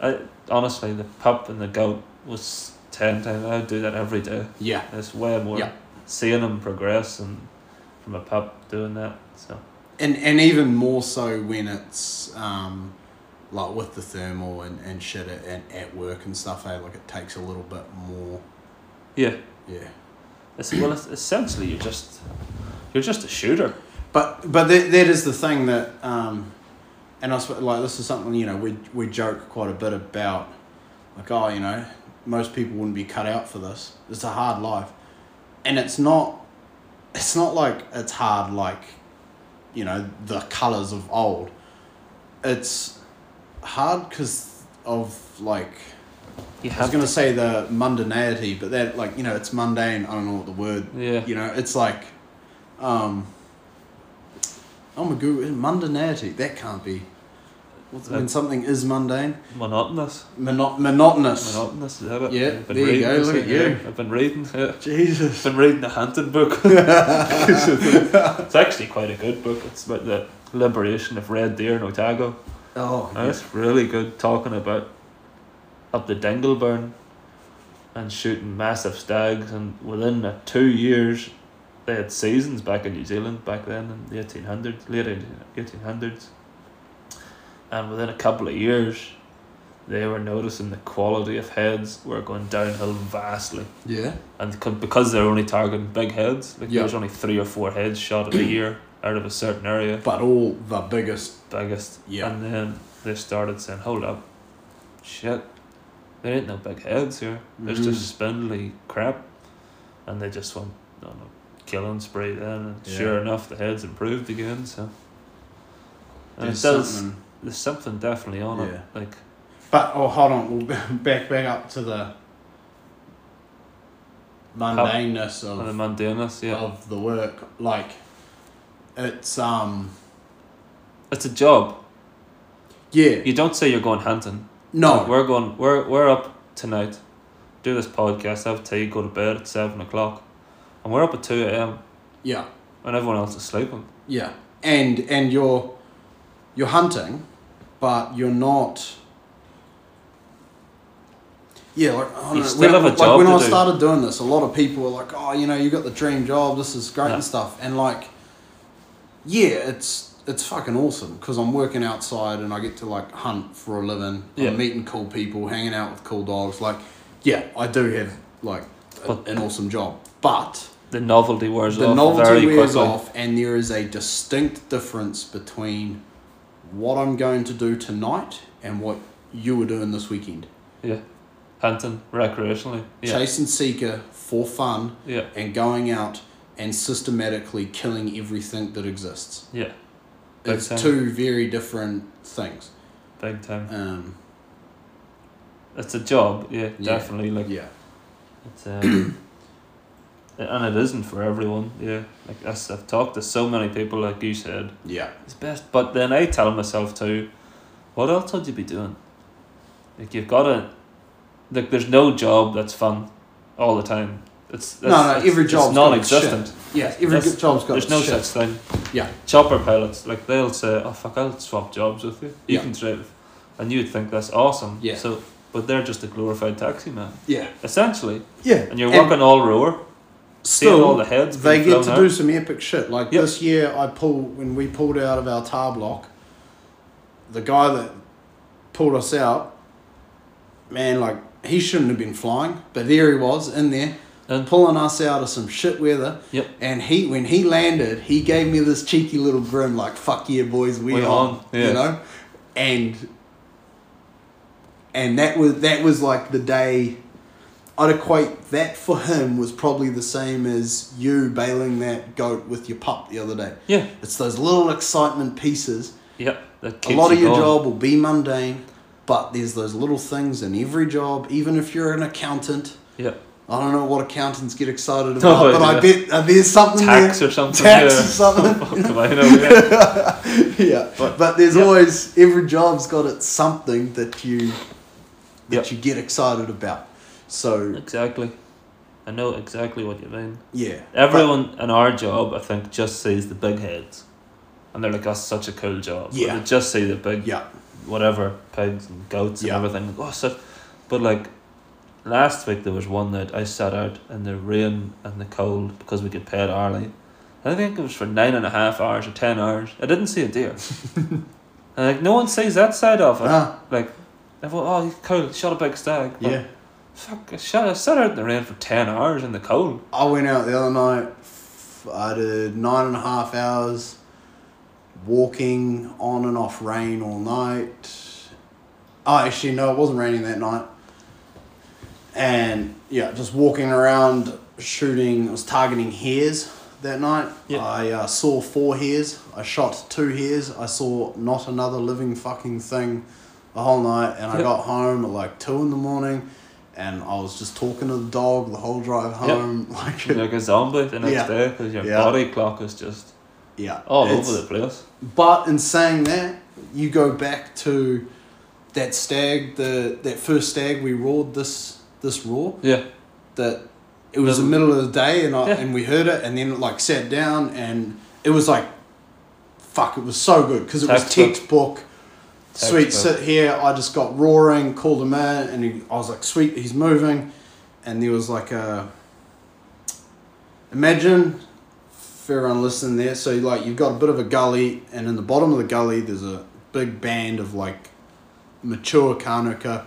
S2: I honestly the pup and the goat was ten times I would do that every day.
S1: Yeah.
S2: It's way more
S1: Yeah.
S2: seeing them progress and from a pup doing that. So
S1: and and even more so when it's um like with the thermal and, and shit at, at, at work and stuff eh? like it takes a little bit more
S2: yeah.
S1: yeah
S2: It's well it's, essentially you're just you're just a shooter.
S1: but but that, that is the thing that um and I suppose like this is something you know we we joke quite a bit about like oh you know most people wouldn't be cut out for this it's a hard life and it's not it's not like it's hard like you know the colors of old it's hard because of like
S2: You
S1: I was
S2: have
S1: gonna say the mundanity, but that like you know it's mundane. I don't know what the word.
S2: Yeah.
S1: You know, it's like, um. Oh my god, mundanity. That can't be. What's
S2: that?
S1: when something is mundane,
S2: monotonous.
S1: Mono- monotonous.
S2: Monotonous, is that it?
S1: Yeah,
S2: I've been
S1: there you
S2: reading
S1: go,
S2: this
S1: look at
S2: thing here.
S1: you.
S2: I've been reading yeah.
S1: Jesus.
S2: I've been reading the Hunting book. it's actually quite a good book. It's about the liberation of red deer in Otago.
S1: Oh,
S2: That's really good talking about up the Dingleburn and shooting massive stags and within the two years they had seasons back in New Zealand back then in the eighteen hundreds, late eighteen hundreds. And within a couple of years they were noticing the quality of heads were going downhill vastly.
S1: yeah.
S2: And c- because they're only targeting big heads, like
S1: Yeah.
S2: there's only three or four heads shot a year out of a certain area
S1: But all the biggest.
S2: biggest.
S1: Yeah.
S2: And then they started saying, hold up, shit, there ain't no big heads here. There's
S1: Mm-hmm.
S2: just spindly crap. And they just went on a killing spree then. And
S3: Yeah.
S2: sure enough, the heads improved again. So. And
S1: There's
S2: it does,
S1: something-
S2: there's something definitely on it. Like,
S1: But oh, hold on. We'll back back up to the mundaneness of
S2: and the mundaneness, yeah.
S1: of the work. Like, it's um
S2: It's a job.
S1: yeah
S2: You don't say you're going hunting. Like,
S1: no
S2: We're going, we're, we're up tonight, do this podcast, have tea, go to bed at 7 o'clock. And we're up at 2 a.m.
S1: yeah
S2: and everyone else is sleeping.
S1: yeah and and you're you're hunting, but you're not. Yeah, like, I don't
S2: You
S1: know,
S2: still
S1: when,
S2: have a
S1: like
S2: job
S1: when
S2: to
S1: I
S2: do.
S1: started doing this, a lot of people were like, "Oh, you know, you got the dream job. This is great
S2: Yeah.
S1: and stuff." And like, yeah, it's it's fucking awesome because I'm working outside and I get to like hunt for a living.
S2: Yeah.
S1: I'm meeting cool people, hanging out with cool dogs. Like, yeah, I do have like a,
S2: But-
S1: an awesome job, but
S2: the novelty wears
S1: the
S2: off
S1: novelty
S2: very
S1: wears
S2: quickly.
S1: off, and there is a distinct difference between what I'm going to do tonight and what you were doing this weekend.
S2: Yeah, hunting recreationally. Yeah,
S1: Chase and seeker for fun
S2: yeah,
S1: and going out and systematically killing everything that exists.
S2: yeah. um, Big
S1: It's
S2: time.
S1: two very different things.
S2: Big time.
S1: Um,
S2: It's a job. Yeah,
S1: Yeah.
S2: definitely. Like
S1: yeah,
S2: it's um, and it isn't for everyone. Yeah, like that's, I've talked to so many people, like you said,
S1: yeah,
S2: it's best. But then I tell myself too, what else would you be doing? Like you've got to, like there's no job that's fun, all the time. It's,
S1: No,
S2: that's,
S1: no,
S2: it's-
S1: every
S2: it's
S1: job's got its shit.
S2: non-existent.
S1: yeah. Every
S2: That's-
S1: good job's got
S2: There's
S1: its
S2: no
S1: shit.
S2: such thing.
S1: Yeah.
S2: Chopper pilots, like they'll say, "Oh fuck, I'll swap jobs with you. You
S1: Yeah.
S2: can drive," and you'd think that's awesome.
S1: Yeah.
S2: So, but they're just a glorified taxi man,
S1: Yeah,
S2: essentially,
S1: yeah.
S2: and you're
S1: And-
S2: working all rower, seeing all
S1: Still,
S2: the heads.
S1: they
S2: being
S1: get to
S2: flown
S1: do
S2: out.
S1: some epic shit. Like
S2: Yep.
S1: this year, I pulled when we pulled out of our tar block. The guy that pulled us out, man, like he shouldn't have been flying, but there he was in there,
S2: And-
S1: pulling us out of some shit weather.
S2: Yep.
S1: And he, when he landed, he gave me this cheeky little grin, like "fuck yeah, boys, we
S2: We
S1: on,",
S2: on, yeah.
S1: you know, and and that was that was like the day. I'd equate that for him was probably the same as you bailing that goat with your pup the other day.
S2: Yeah,
S1: It's those little excitement pieces.
S2: yeah. That
S1: A
S2: keeps
S1: lot
S2: you
S1: of your
S2: going.
S1: job will be mundane, but there's those little things in every job, even if you're an accountant.
S2: Yeah,
S1: I don't know what accountants get excited
S2: No,
S1: about, but I
S2: yeah.
S1: bet uh, there's something
S2: tax
S1: there.
S2: or something.
S1: tax
S2: yeah.
S1: or something.
S2: Come on, you know, yeah.
S1: yeah,
S2: But-
S1: but, there's
S2: yeah.
S1: always every job's got its something that you that
S2: Yeah.
S1: you get excited about. So
S2: Exactly. I know exactly what you mean.
S1: yeah,
S2: Everyone in our job, I think, just sees the big heads, and they're like, "That's such a cool job." But
S1: Yeah.
S2: They just see the big.
S1: yeah,
S2: whatever pigs and goats
S1: Yeah.
S2: and everything. Oh, so, but like last week there was one that I sat out in the rain and the cold because we get paid hourly. And I think it was for nine and a half hours or ten hours. I didn't see a deer. and like no one sees that side of it.
S1: Ah,
S2: Like everyone, oh cool, shot a big stag. But
S1: yeah.
S2: Fuck, I shot. I sat out in the rain for ten hours in the cold.
S1: I went out the other night. f- I did nine and a half hours walking on and off rain all night. Oh, actually, no, it wasn't raining that night. And yeah, just walking around shooting. I was targeting hares that night.
S2: Yeah.
S1: I uh, saw four hares. I shot two hares. I saw not another living fucking thing the whole night. And I
S2: Yeah.
S1: got home at like two in the morning. And I was just talking to the dog the whole drive
S2: Yeah.
S1: home. Um, Like,
S2: You're like a zombie the next
S1: Yeah.
S2: day because your
S1: Yeah.
S2: body clock is just
S1: yeah,
S2: all
S1: it's-
S2: over the place.
S1: But in saying that, you go back to that stag, the that first stag we roared this this roar
S2: Yeah,
S1: that it was the,
S2: The-
S1: middle of the day and I,
S2: Yeah.
S1: and we heard it and then it like sat down and it was like fuck it was so good because it was
S2: Textbook.
S1: textbook
S2: Text
S1: sweet,
S2: book.
S1: sit here. I just got roaring, called him in, and he, I was like, sweet, he's moving. And there was like a. Imagine, for everyone listening there, so like you've got a bit of a gully, and in the bottom of the gully, there's a big band of like mature Kanuka,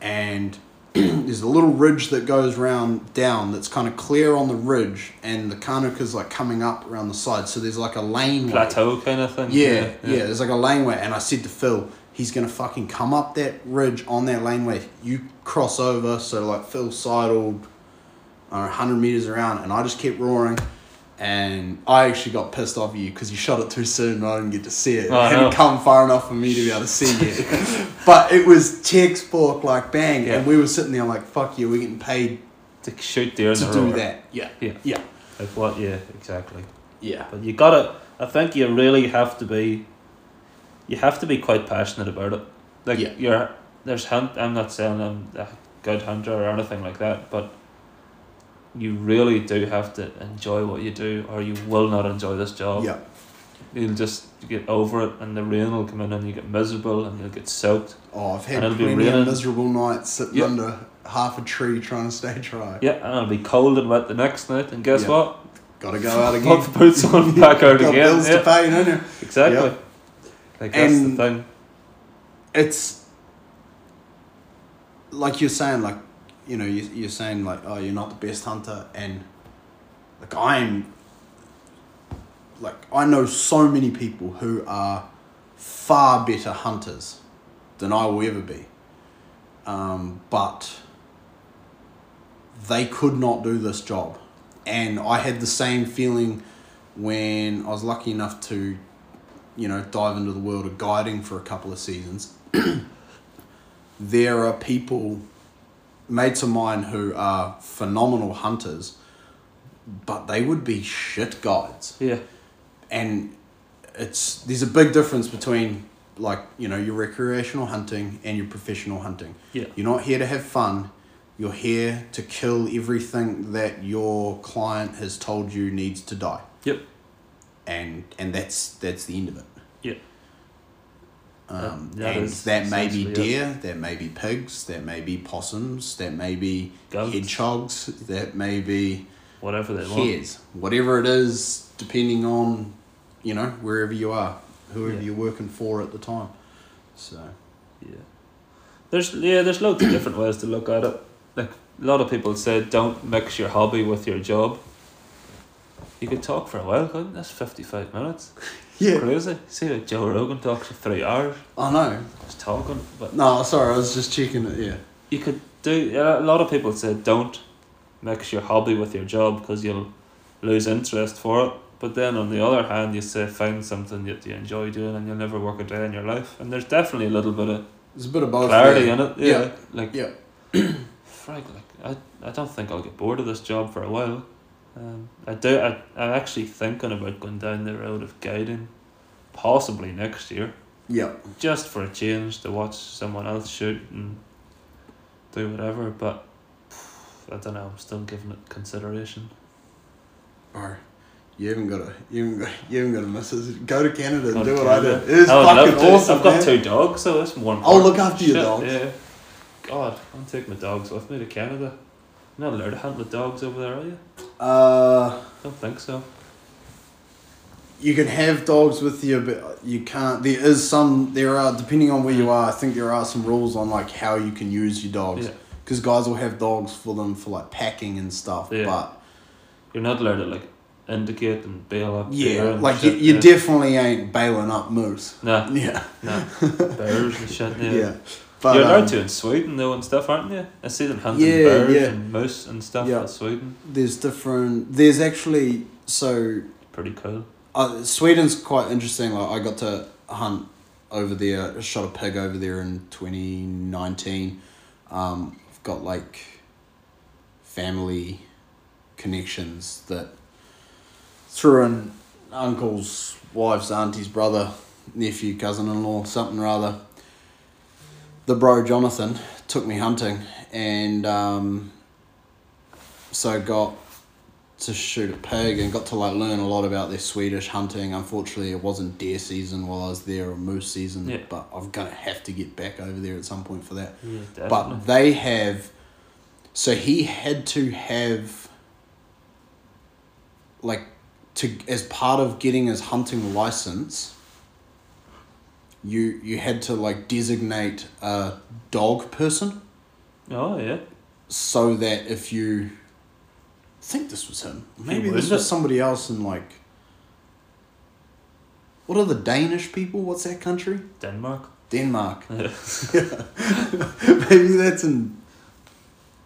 S1: and there's a little ridge that goes round down that's kind of clear on the ridge, and the Kanuka's like coming up around the side, so there's like a laneway.
S2: plateau kind of thing.
S1: Yeah, yeah, There's like a laneway, and I said to Phil, he's gonna fucking come up that ridge on that laneway. You cross over, so like Phil sidled, uh, hundred meters around, and I just kept roaring, and I actually got pissed off at you because you shot it too soon, and I didn't get to see it.
S2: Oh,
S1: it hadn't
S2: no.
S1: come far enough for me to be able to see you, but it was textbook like bang,
S2: Yeah.
S1: and we were sitting there like fuck you, we're getting paid
S2: To shoot deer in
S1: to
S2: the
S1: do
S2: roar.
S1: that. Yeah,
S2: Yeah.
S1: yeah,
S2: Like what? Yeah, exactly.
S1: yeah.
S2: But you gotta. I think you really have to be. You have to be quite passionate about it. Like
S1: Yeah.
S2: you're. There's hunt. I'm not saying I'm a good hunter or anything like that, but. You really do have to enjoy what you do, or you will not enjoy this job.
S1: Yeah,
S2: You'll just get over it, and the rain will come in, and you get miserable, and you'll get soaked.
S1: Oh, I've had
S2: And it'll be
S1: plenty of
S2: raining.
S1: miserable nights sitting
S2: Yeah.
S1: under half a tree trying to stay dry.
S2: Yeah, and it'll be cold and wet the next night, and guess
S1: Yeah.
S2: what?
S1: Got to go out again.
S2: Put the boots on, back out
S1: Got
S2: again.
S1: bills
S2: yeah.
S1: to pay, don't you?
S2: Exactly.
S1: Yeah.
S2: Like that's
S1: And-
S2: the thing.
S1: It's like you're saying, like you know, you you're saying like, oh, you're not the best hunter, and like I'm, like I know so many people who are far better hunters than I will ever be, um, but they could not do this job, and I had the same feeling when I was lucky enough to you know, dive into the world of guiding for a couple of seasons, there are people, mates of mine, who are phenomenal hunters, but they would be shit guides.
S2: Yeah.
S1: And it's there's a big difference between like you know your recreational hunting and your professional hunting.
S2: Yeah.
S1: You're not here to have fun. You're here to kill everything that your client has told you needs to die,
S2: Yep.
S1: and and that's that's the end of it.
S2: Yeah.
S1: Um,
S2: That- that
S1: and
S2: is
S1: that may be
S2: essentially it.
S1: deer, that may be pigs, that may be possums, that may be
S2: Goats.
S1: hedgehogs, that may be
S2: Whatever they want.
S1: hares, whatever it is, depending on, you know, wherever you are, whoever
S2: Yeah.
S1: you're working for at the time. So,
S2: Yeah. There's yeah, there's loads of different ways to look at it. Like a lot of people say don't mix your hobby with your job. You could talk for a while, couldn't you? that's fifty five minutes.
S1: yeah,
S2: Crazy. See how Joe Rogan talks for three hours,
S1: I know.
S2: just talking. But
S1: No, sorry, I was just checking it, yeah.
S2: you could do yeah, a lot of people say don't mix your hobby with your job because you'll lose interest for it but then on the other hand you say find something that you enjoy doing and you'll never work a day in your life and there's definitely a little bit of
S1: There's a bit of both.
S2: clarity
S1: there.
S2: in it yeah,
S1: Yeah.
S2: like
S1: Yeah.
S2: Frank, like I, I don't think I'll get bored of this job for a while um, I do I, I'm actually thinking about going down the road of guiding possibly next year
S1: Yeah.
S2: just for a change to watch someone else shoot and do whatever, but I don't know, I'm still giving it consideration.
S1: Or you haven't got a you haven't got you haven't got a missus. Go to Canada
S2: Go
S1: and
S2: to
S1: do what I
S2: Canada.
S1: did. It is
S2: I would love
S1: fucking
S2: to.
S1: awesome.
S2: I've got
S1: man.
S2: two dogs, so that's one.
S1: I'll
S2: part.
S1: look after your
S2: Shit,
S1: dogs.
S2: Yeah. God, I'm taking my dogs with me to Canada. You're not allowed to hunt with dogs over there, are you?
S1: Uh
S2: Don't think so.
S1: you can have dogs with you, but you can't. There is some. There are depending on where
S2: Mm.
S1: you are. I think there are some rules on like how you can use your dogs.
S2: Yeah.
S1: Because guys will have dogs for them for like packing and stuff.
S2: Yeah.
S1: But
S2: You're not allowed to like indicate and bail up.
S1: yeah,
S2: deer and
S1: like you,
S2: shit,
S1: you
S2: yeah.
S1: definitely ain't bailing up moose.
S2: Nah,
S1: Yeah,
S2: nah. Bears and shit.
S1: yeah.
S2: Yeah.
S1: But
S2: You're allowed
S1: um,
S2: to in Sweden though and stuff, aren't you? I see them hunting
S1: Yeah,
S2: bears
S1: yeah.
S2: and moose and stuff
S1: Yeah.
S2: in Sweden.
S1: there's different. There's actually so
S2: Pretty cool.
S1: uh, Sweden's quite interesting. Like I got to hunt over there, I shot a pig over there in twenty nineteen. Um, I've got like family connections that through an uncle's wife's auntie's brother, nephew, cousin in law, something or other. The bro Jonathan took me hunting and um, so got to shoot a pig and got to like learn a lot about their Swedish hunting. Unfortunately, it wasn't deer season while I was there or moose season,
S2: Yeah.
S1: but I'm gonna have to get back over there at some point for that.
S2: Yeah, definitely.
S1: But they have, so he had to have, like, to as part of getting his hunting license. You you had to like designate a dog person
S2: oh yeah.
S1: so that if you I think this was him. Maybe this
S2: wins
S1: was
S2: it.
S1: somebody else in like what are the Danish people? What's that country?
S2: Denmark.
S1: Denmark.
S2: Yeah.
S1: Maybe that's in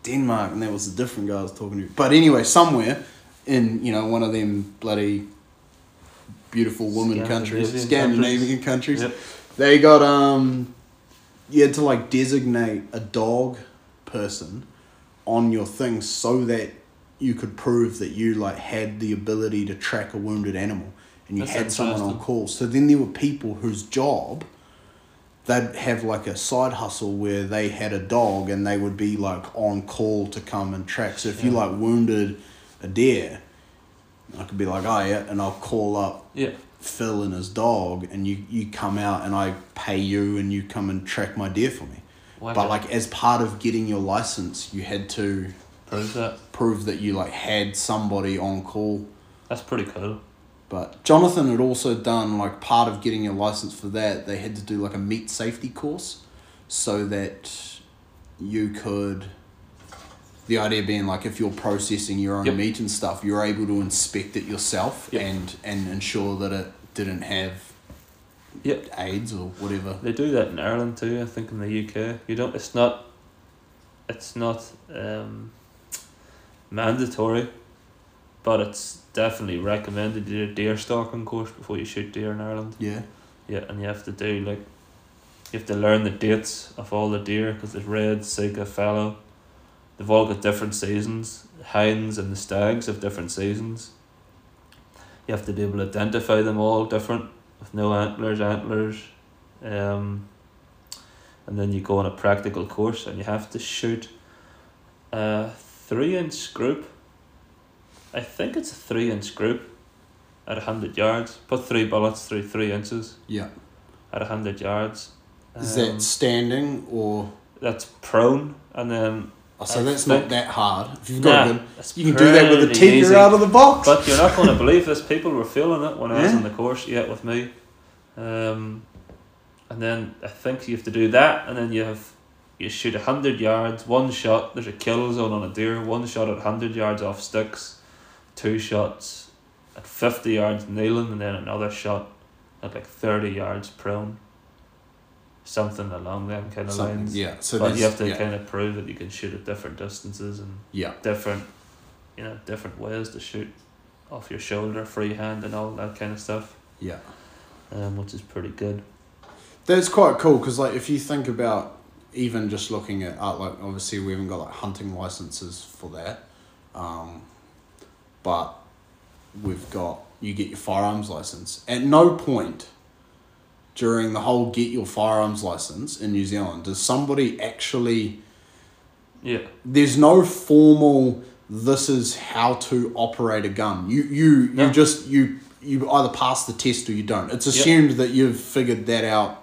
S1: Denmark and that was a different guy I was talking to. But anyway, somewhere in, you know, one of them bloody beautiful woman countries, Scandinavian
S2: Scandinavian
S1: countries.
S2: Yep.
S1: They got um you had to like designate a dog person on your thing so that you could prove that you like had the ability to track a wounded animal and you
S2: That's
S1: had someone on
S2: interesting.
S1: call. So then there were people whose job they'd have like a side hustle where they had a dog and they would be like on call to come and track. So if you
S2: Yeah.
S1: like wounded a deer, I could be like, oh yeah, and I'll call up
S2: Yeah.
S1: Phil and his dog, and you you come out and I pay you, and you come and track my deer for me.
S2: Why
S1: But
S2: not?
S1: like as part of getting your license, you had to
S2: Proves that.
S1: prove that you like had somebody on call.
S2: That's pretty cool.
S1: But Jonathan had also done like part of getting your license for that. They had to do like a meat safety course, so that you could. The idea being like if you're processing your own
S2: Yep.
S1: meat and stuff, you're able to inspect it yourself
S2: Yep.
S1: and and ensure that it didn't have
S2: Yeah.
S1: AIDS or whatever.
S2: They do that in Ireland too. I think in the UK, you don't. It's not. It's not um, mandatory, but it's definitely recommended. You do a deer stalking course before you shoot deer in Ireland.
S1: Yeah.
S2: Yeah, and you have to do like, you have to learn the dates of all the deer because there's red, sika, fallow. They've all got different seasons. Hounds and the stags have different seasons. You have to be able to identify them all different with no antlers, antlers. Um, and then you go on a practical course and you have to shoot a three inch group. I think it's a three inch group at 100 yards. Put three bullets through three inches
S1: Yeah.
S2: at 100 yards.
S1: Is
S2: Um,
S1: that standing or
S2: that's prone, and then
S1: oh, so
S2: I
S1: that's
S2: think-
S1: not that hard. If you've got
S2: nah,
S1: a good,
S2: that's
S1: you can do that with a
S2: pretty
S1: tinker
S2: easy.
S1: out of the box.
S2: But you're not going to believe this. People were feeling it when I was
S1: Yeah.
S2: on the course. Yet with me, um, and then I think you have to do that, and then you have you shoot hundred yards, one shot. There's a kill zone on a deer. One shot at hundred yards off sticks, two shots at fifty yards kneeling, and then another shot at like thirty yards prone. Something along them kind of
S1: Something,
S2: lines.
S1: yeah. So
S2: but
S1: that's,
S2: you have to
S1: yeah,
S2: kind of prove that you can shoot at different distances and
S1: yeah.
S2: different you know different ways to shoot off your shoulder freehand and all that kind of stuff
S1: Yeah.
S2: um, which is pretty good
S1: That's quite cool because like if you think about even just looking at art, like obviously we haven't got like hunting licenses for that, um, but we've got you get your firearms license. At no point during the whole get your firearms license in New Zealand does somebody actually
S2: yeah
S1: there's no formal this is how to operate a gun you you
S2: No.
S1: you just you you either pass the test or you don't it's
S2: Yep.
S1: assumed that you've figured that out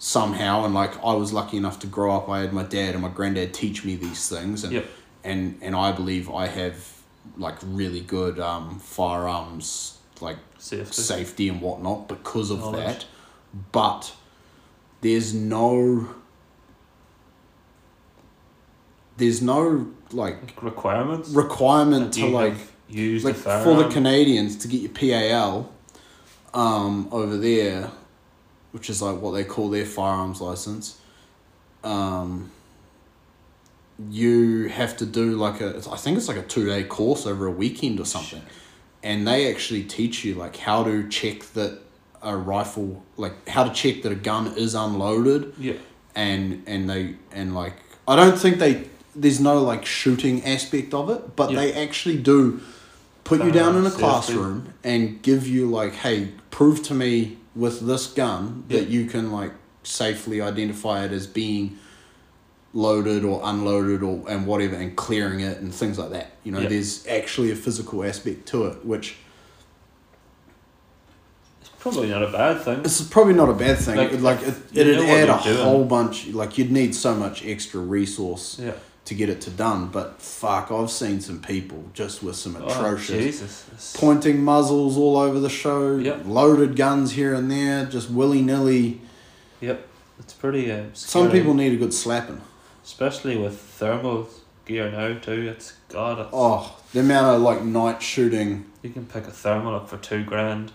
S1: somehow and like i was lucky enough to grow up i had my dad and my granddad teach me these things and
S2: Yep.
S1: and and i believe i have like really good um firearms like
S2: safety
S1: safety and whatnot because of
S2: Knowledge.
S1: that. But there's no there's no like
S2: requirements
S1: requirement
S2: Do
S1: to
S2: you
S1: like
S2: have used
S1: like
S2: a
S1: for the
S2: firearm?
S1: Canadians to get your PAL um over there, which is like what they call their firearms license. Um you have to do like a I think it's like a two day course over a weekend or something and they actually teach you like how to check that a rifle like how to check that a gun is unloaded
S2: yeah
S1: and and they and like I don't think they there's no like shooting aspect of it, but
S2: Yeah.
S1: they actually do put you down in a
S2: Firearms safety.
S1: classroom and give you like, hey, prove to me with this gun that you can like safely identify it as being loaded or unloaded or and whatever and clearing it and things like that. You know,
S2: Yeah.
S1: there's actually a physical aspect to it, which
S2: It's probably not a bad thing.
S1: it's probably not a bad thing.
S2: Like-
S1: Like, like it,
S2: you
S1: it'd
S2: know what
S1: add a
S2: you're doing.
S1: whole bunch. Like you'd need so much extra resource
S2: Yeah.
S1: to get it to done. But fuck, I've seen some people just with some
S2: Oh,
S1: atrocious
S2: Jesus. It's-
S1: pointing muzzles all over the show,
S2: Yep.
S1: loaded guns here and there, just willy nilly.
S2: Yep. It's pretty. Uh,
S1: Some
S2: scary.
S1: people need a good slapping.
S2: especially with thermal gear now too. It's God. It's,
S1: Oh, the amount of like night shooting.
S2: You can pick a thermal up for two grand,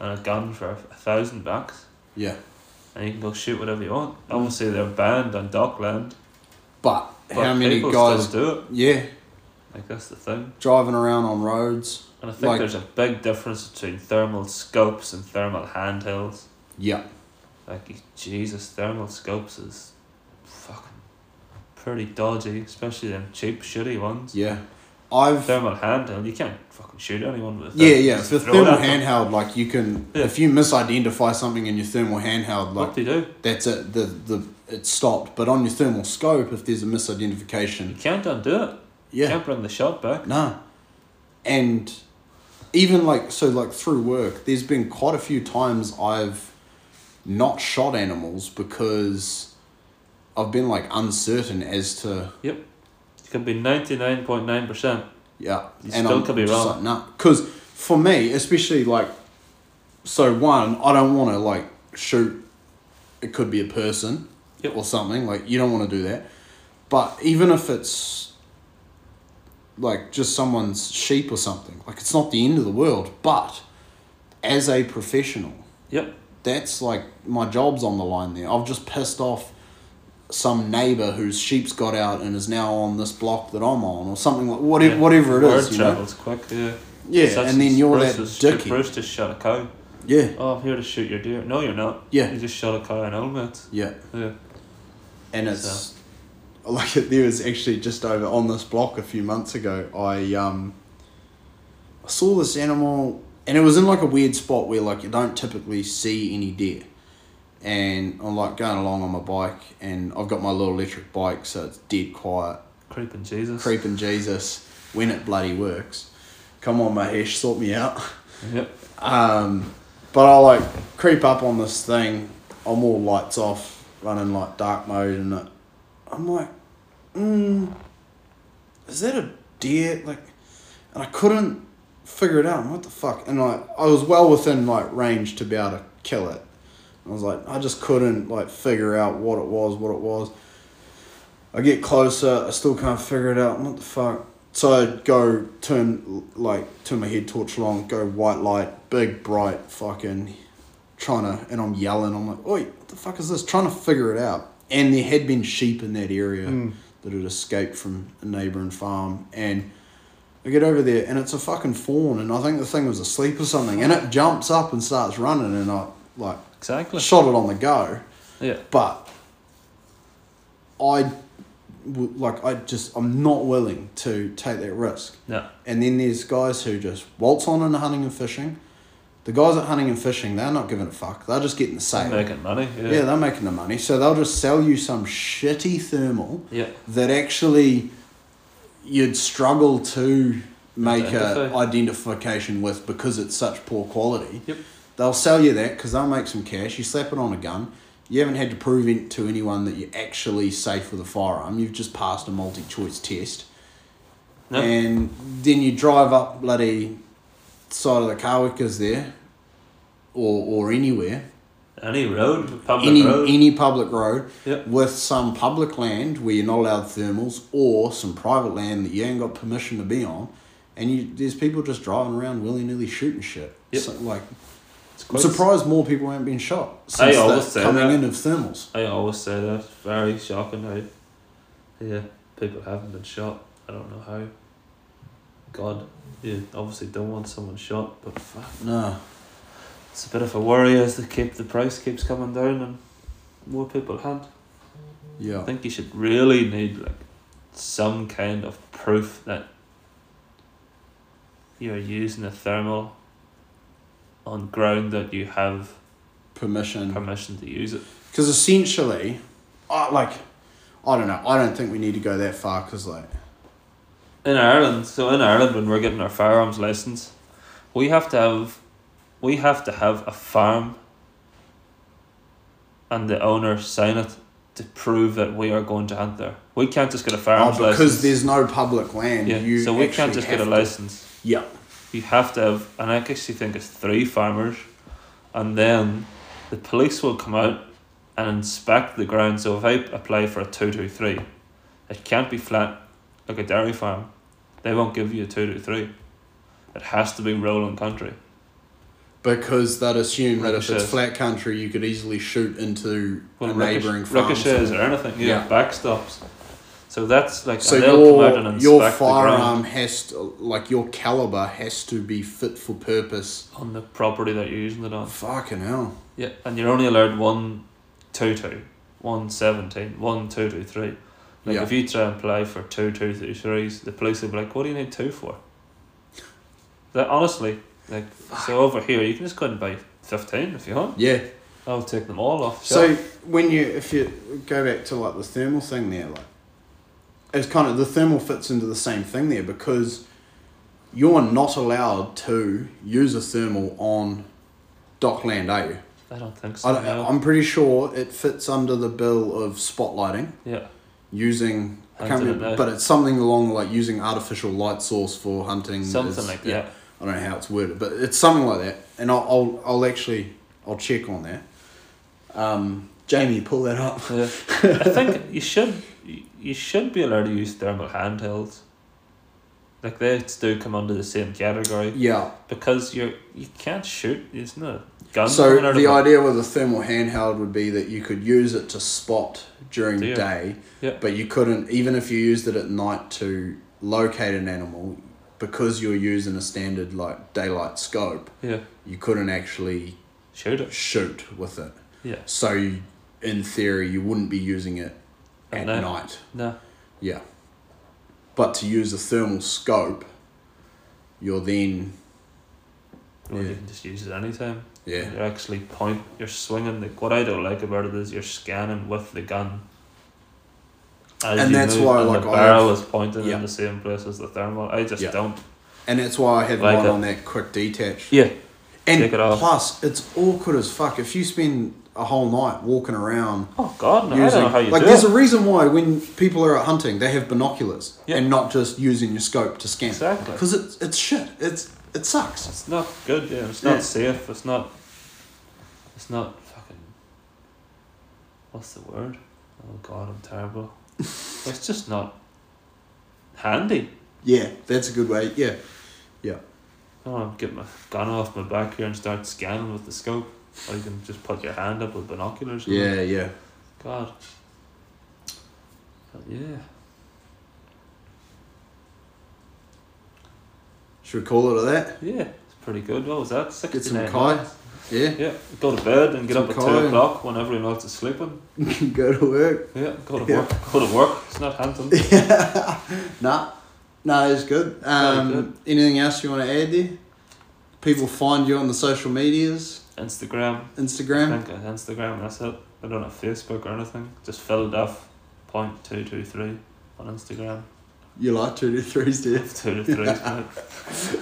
S2: and a gun for a thousand bucks,
S1: Yeah,
S2: and you can go shoot whatever you want. Obviously, they're banned on Dockland.
S1: but,
S2: But
S1: Hmm. how many
S2: people
S1: guys?
S2: still do it?
S1: Yeah,
S2: Like that's the thing.
S1: driving around on roads.
S2: And I think
S1: Like-
S2: there's a big difference between thermal scopes and thermal handhelds.
S1: Yeah,
S2: Like Jesus, thermal scopes is fucking pretty dodgy, especially them cheap shitty ones.
S1: yeah. I've
S2: Thermal handheld, you can't fucking shoot anyone with.
S1: Yeah,
S2: them.
S1: yeah.
S2: Just
S1: For
S2: throw it
S1: thermal
S2: at them.
S1: handheld, like you can,
S2: Yeah.
S1: if you misidentify something in your thermal handheld,
S2: What
S1: like
S2: do you do?
S1: that's it. uh, The the it's stopped. But on your thermal scope, if there's a
S2: You
S1: misidentification,
S2: can't undo it. You
S1: yeah,
S2: can't bring the shot back.
S1: no. And even like so, like through work, there's been quite a few times I've not shot animals because I've been like uncertain as to
S2: It could be ninety nine point nine percent.
S1: Yeah,
S2: You still could be wrong.
S1: Like, nah, because for me, especially like, so one, I don't want to like shoot. It could be a person
S2: Yep.
S1: or something. Like you don't want to do that. But even if it's like just someone's sheep or something, like it's not the end of the world. But as a professional,
S2: Yep.
S1: that's like my job's on the line there. I've just pissed off some neighbor whose sheep's got out and is now on this block that I'm on or something like whatever
S2: Yeah.
S1: whatever it
S2: Word
S1: is, you know.
S2: travels quick. Yeah.
S1: Yeah,
S2: Such
S1: and then
S2: as
S1: you're
S2: Bruce
S1: that
S2: was-
S1: dicky.
S2: Bruce just shot a cow.
S1: Yeah,
S2: Oh, I'm here to shoot your deer. No, you're not.
S1: Yeah.
S2: You just shot a cow in helmet.
S1: yeah.
S2: Yeah.
S1: And it's like there was actually just over on this block a few months ago, I um I saw this animal and it was in like a weird spot where like you don't typically see any deer. And I'm like going along on my bike and I've got my little electric bike so it's dead quiet.
S2: Creeping Jesus.
S1: creeping Jesus when it bloody works. Come on, Mahesh, sort me out.
S2: Yep.
S1: Um, but I like creep up on this thing. I'm all lights off, running like dark mode, and it, I'm like, mm, is that a deer? Like, and I couldn't figure it out. I'm, what the fuck? And I, I was well within like range to be able to kill it. I was like, I just couldn't like figure out what it was, what it was. I get closer, I still can't figure it out. What the fuck? So I go turn like turn my head torch along, go white light, big bright fucking trying to and I'm yelling, I'm like, Oi, what the fuck is this? Trying to figure it out. And there had been sheep in that area that had escaped from a neighbouring farm and I get over there and it's a fucking fawn and I think the thing was asleep or something and it jumps up and starts running and I like
S2: Exactly.
S1: shot it on the go
S2: Yeah.
S1: but I w- like I just I'm not willing to take that risk.
S2: No.
S1: And then there's guys who just waltz on into hunting and fishing. The guys at hunting and fishing, they're not giving a fuck. They're just getting the sale.
S2: Making money. Yeah.
S1: yeah, they're making the money, so they'll just sell you some shitty thermal
S2: Yeah.
S1: that actually you'd struggle to make a
S2: Identify.
S1: identification with because it's such poor quality.
S2: Yep.
S1: They'll sell you that because they'll make some cash. You slap it on a gun. You haven't had to prove it to anyone that you're actually safe with a firearm. You've just passed a multi-choice test,
S2: No.
S1: and then you drive up bloody side of the Carwickers there, or or anywhere,
S2: Any road, public
S1: any
S2: road.
S1: any public road
S2: Yep.
S1: with some public land where you're not allowed thermals or some private land that you ain't got permission to be on, and you there's people just driving around willy nilly shooting shit.
S2: Yep.
S1: So, like
S2: It's
S1: I'm
S2: quite-
S1: surprised more people haven't been shot since
S2: I always
S1: the
S2: say
S1: coming
S2: that.
S1: in of thermals.
S2: I always say that. Very shocking how, yeah, people haven't been shot. I don't know how. God, you obviously don't want someone shot, but fuck,
S1: No,
S2: it's a bit of a worry as the keep the price keeps coming down and more people hunt. I
S1: yeah,
S2: think you should really need like some kind of proof that you're using a thermal on ground that you have
S1: permission.
S2: permission to use it.
S1: Because essentially, I like, I don't know. I don't think we need to go that far because like
S2: in Ireland, so in Ireland, when we're getting our firearms license, we have to have, we have to have a farm. And the owner sign it to prove that we are going to hunt there. We can't just get a
S1: oh,
S2: firearms
S1: because
S2: license.
S1: there's no public land.
S2: yeah,
S1: you
S2: so we can't
S1: actually
S2: just get a
S1: have to-
S2: license.
S1: Yeah.
S2: You have to have, and I actually think it's three farmers, and then the police will come out and inspect the ground. So if I apply for a 223, it can't be flat like a dairy farm. They won't give you a 223. It has to be rolling country.
S1: Because they'd assume that if
S2: Ricochet.
S1: it's flat country, you could easily shoot into
S2: Well,
S1: a
S2: ricochet,
S1: neighbouring farm.
S2: ricochets or anything, yeah,
S1: Yeah.
S2: backstops. So that's like,
S1: So
S2: and they'll come out
S1: your
S2: and
S1: your
S2: inspect the ground
S1: firearm has to like your caliber has to be fit for purpose.
S2: on the property that you're using it on.
S1: Fucking hell.
S2: Yeah, and you're only allowed one two two, one seventeen, one two two three. Like
S1: Yeah.
S2: if you try and apply for two two three threes, the police will be like, "What do you need two for?" That honestly, like so over here, you can just go and buy fifteen if you want.
S1: Yeah.
S2: I'll take them all off.
S1: So
S2: shelf.
S1: when you if you go back to like the thermal thing there, like it's kind of the thermal fits into the same thing there because you're not allowed to use a thermal on dockland, are you?
S2: I don't think so.
S1: I don't,
S2: no.
S1: I'm pretty sure it fits under the bill of spotlighting
S2: yeah,
S1: using. I can't
S2: Hunting at
S1: remember,
S2: night.
S1: but it's something along like using artificial light source for hunting.
S2: something
S1: is-
S2: like
S1: yeah.
S2: that.
S1: I don't know how it's worded, but it's something like that. And I'll I'll, I'll actually I'll check on that. Um, Jamie, pull that up.
S2: Yeah. I think you should you you should be allowed to use thermal handhelds. Like they do come under the same category.
S1: Yeah.
S2: because you you can't shoot. It's not a gun. coming
S1: So
S2: out of
S1: the
S2: it.
S1: idea with a thermal handheld would be that you could use it to spot during
S2: Yeah.
S1: day,
S2: Yeah.
S1: but you couldn't even if you used it at night to locate an animal because you're using a standard like daylight scope.
S2: yeah,
S1: You couldn't actually
S2: shoot it.
S1: shoot with it.
S2: Yeah,
S1: So you- in theory, you wouldn't be using it
S2: At
S1: at
S2: night.
S1: night.
S2: no,
S1: Yeah. But to use a thermal scope, you're then
S2: Well,
S1: Yeah.
S2: you can just use it anytime.
S1: yeah
S2: You're actually point. You're swinging. The, what I don't like about it is you're scanning with the gun. As
S1: And
S2: you
S1: that's
S2: move,
S1: why,
S2: and
S1: like,
S2: the
S1: I
S2: barrel
S1: have-
S2: is pointing
S1: Yeah.
S2: in the same place as the thermal. I just
S1: Yeah.
S2: don't.
S1: And that's why I have
S2: Like
S1: mine
S2: a-
S1: on that quick detach.
S2: Yeah,
S1: And
S2: Take it off.
S1: plus, it's awkward as fuck if you spend a whole night walking around.
S2: Oh God, no, I
S1: using,
S2: don't know how you
S1: like,
S2: do
S1: there's
S2: it.
S1: a reason why when people are out hunting, they have binoculars
S2: Yeah.
S1: and not just using your scope to scan.
S2: Exactly.
S1: Because it's, it's shit. It's It sucks.
S2: it's not good. Yeah, it's not
S1: Yeah.
S2: safe. It's not. It's not fucking. What's the word? Oh God, I'm terrible. it's just not handy.
S1: Yeah, that's a good way. Yeah.
S2: Oh, I'm getting my gun off my back here and start scanning with the scope. Or you can just put your hand up with binoculars. and-
S1: Yeah, yeah.
S2: God. But yeah.
S1: Should we call it a that?
S2: Yeah. It's pretty good. What was that? Sixty
S1: Get some Kai. Yeah.
S2: Yeah. Go to bed and get
S1: Some
S2: up at
S1: Kai.
S2: two o'clock when everyone else is sleeping.
S1: Go to work.
S2: Yeah. Go to
S1: Yeah.
S2: work. Go to work. It's not handsome.
S1: Nah. No, it's good. Um,
S2: good.
S1: Anything else you want to add there? People find you on the social medias,
S2: Instagram. I
S1: Instagram.
S2: think it's Instagram. That's it. I don't have Facebook or anything. Just filled off point two two three on Instagram.
S1: You like two to threes, do you?
S2: Two to three.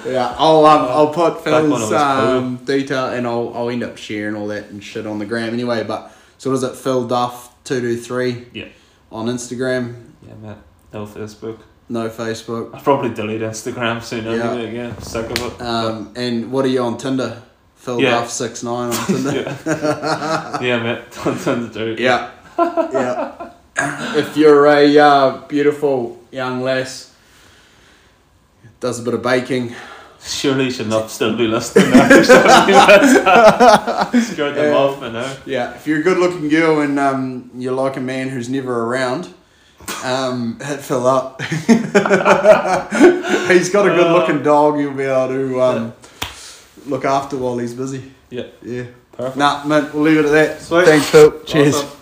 S2: mate.
S1: Yeah, I'll um, I'll put
S2: That one
S1: Phil's
S2: was
S1: um, detail and I'll I'll end up sharing all that and shit on the gram anyway. But so what is it? Phil Duff two two three.
S2: Yeah.
S1: On Instagram,
S2: Yeah, mate. No Facebook.
S1: no Facebook.
S2: I'll probably delete Instagram soon
S1: Yeah.
S2: anyway again. I'm sick of it.
S1: Um, and what are you on Tinder? Phil
S2: Yeah.
S1: Duff six nine on Tinder.
S2: yeah. yeah, mate. Don't tend to do it.
S1: Yeah. Yeah. if you're a uh, beautiful young lass, does a bit of baking.
S2: Surely you should not still be listening after something like that. Scared them
S1: Yeah.
S2: off, you know.
S1: Yeah. If you're a good looking girl and um, you like a man who's never around, um, hit Phil up. he's got a good
S2: Uh.
S1: looking dog you'll be able to um, look after while he's busy.
S2: Yeah,
S1: Yeah.
S2: perfect.
S1: Nah, man, we'll leave it at that.
S2: Sweet.
S1: Thanks, Phil. Cheers.
S2: Awesome.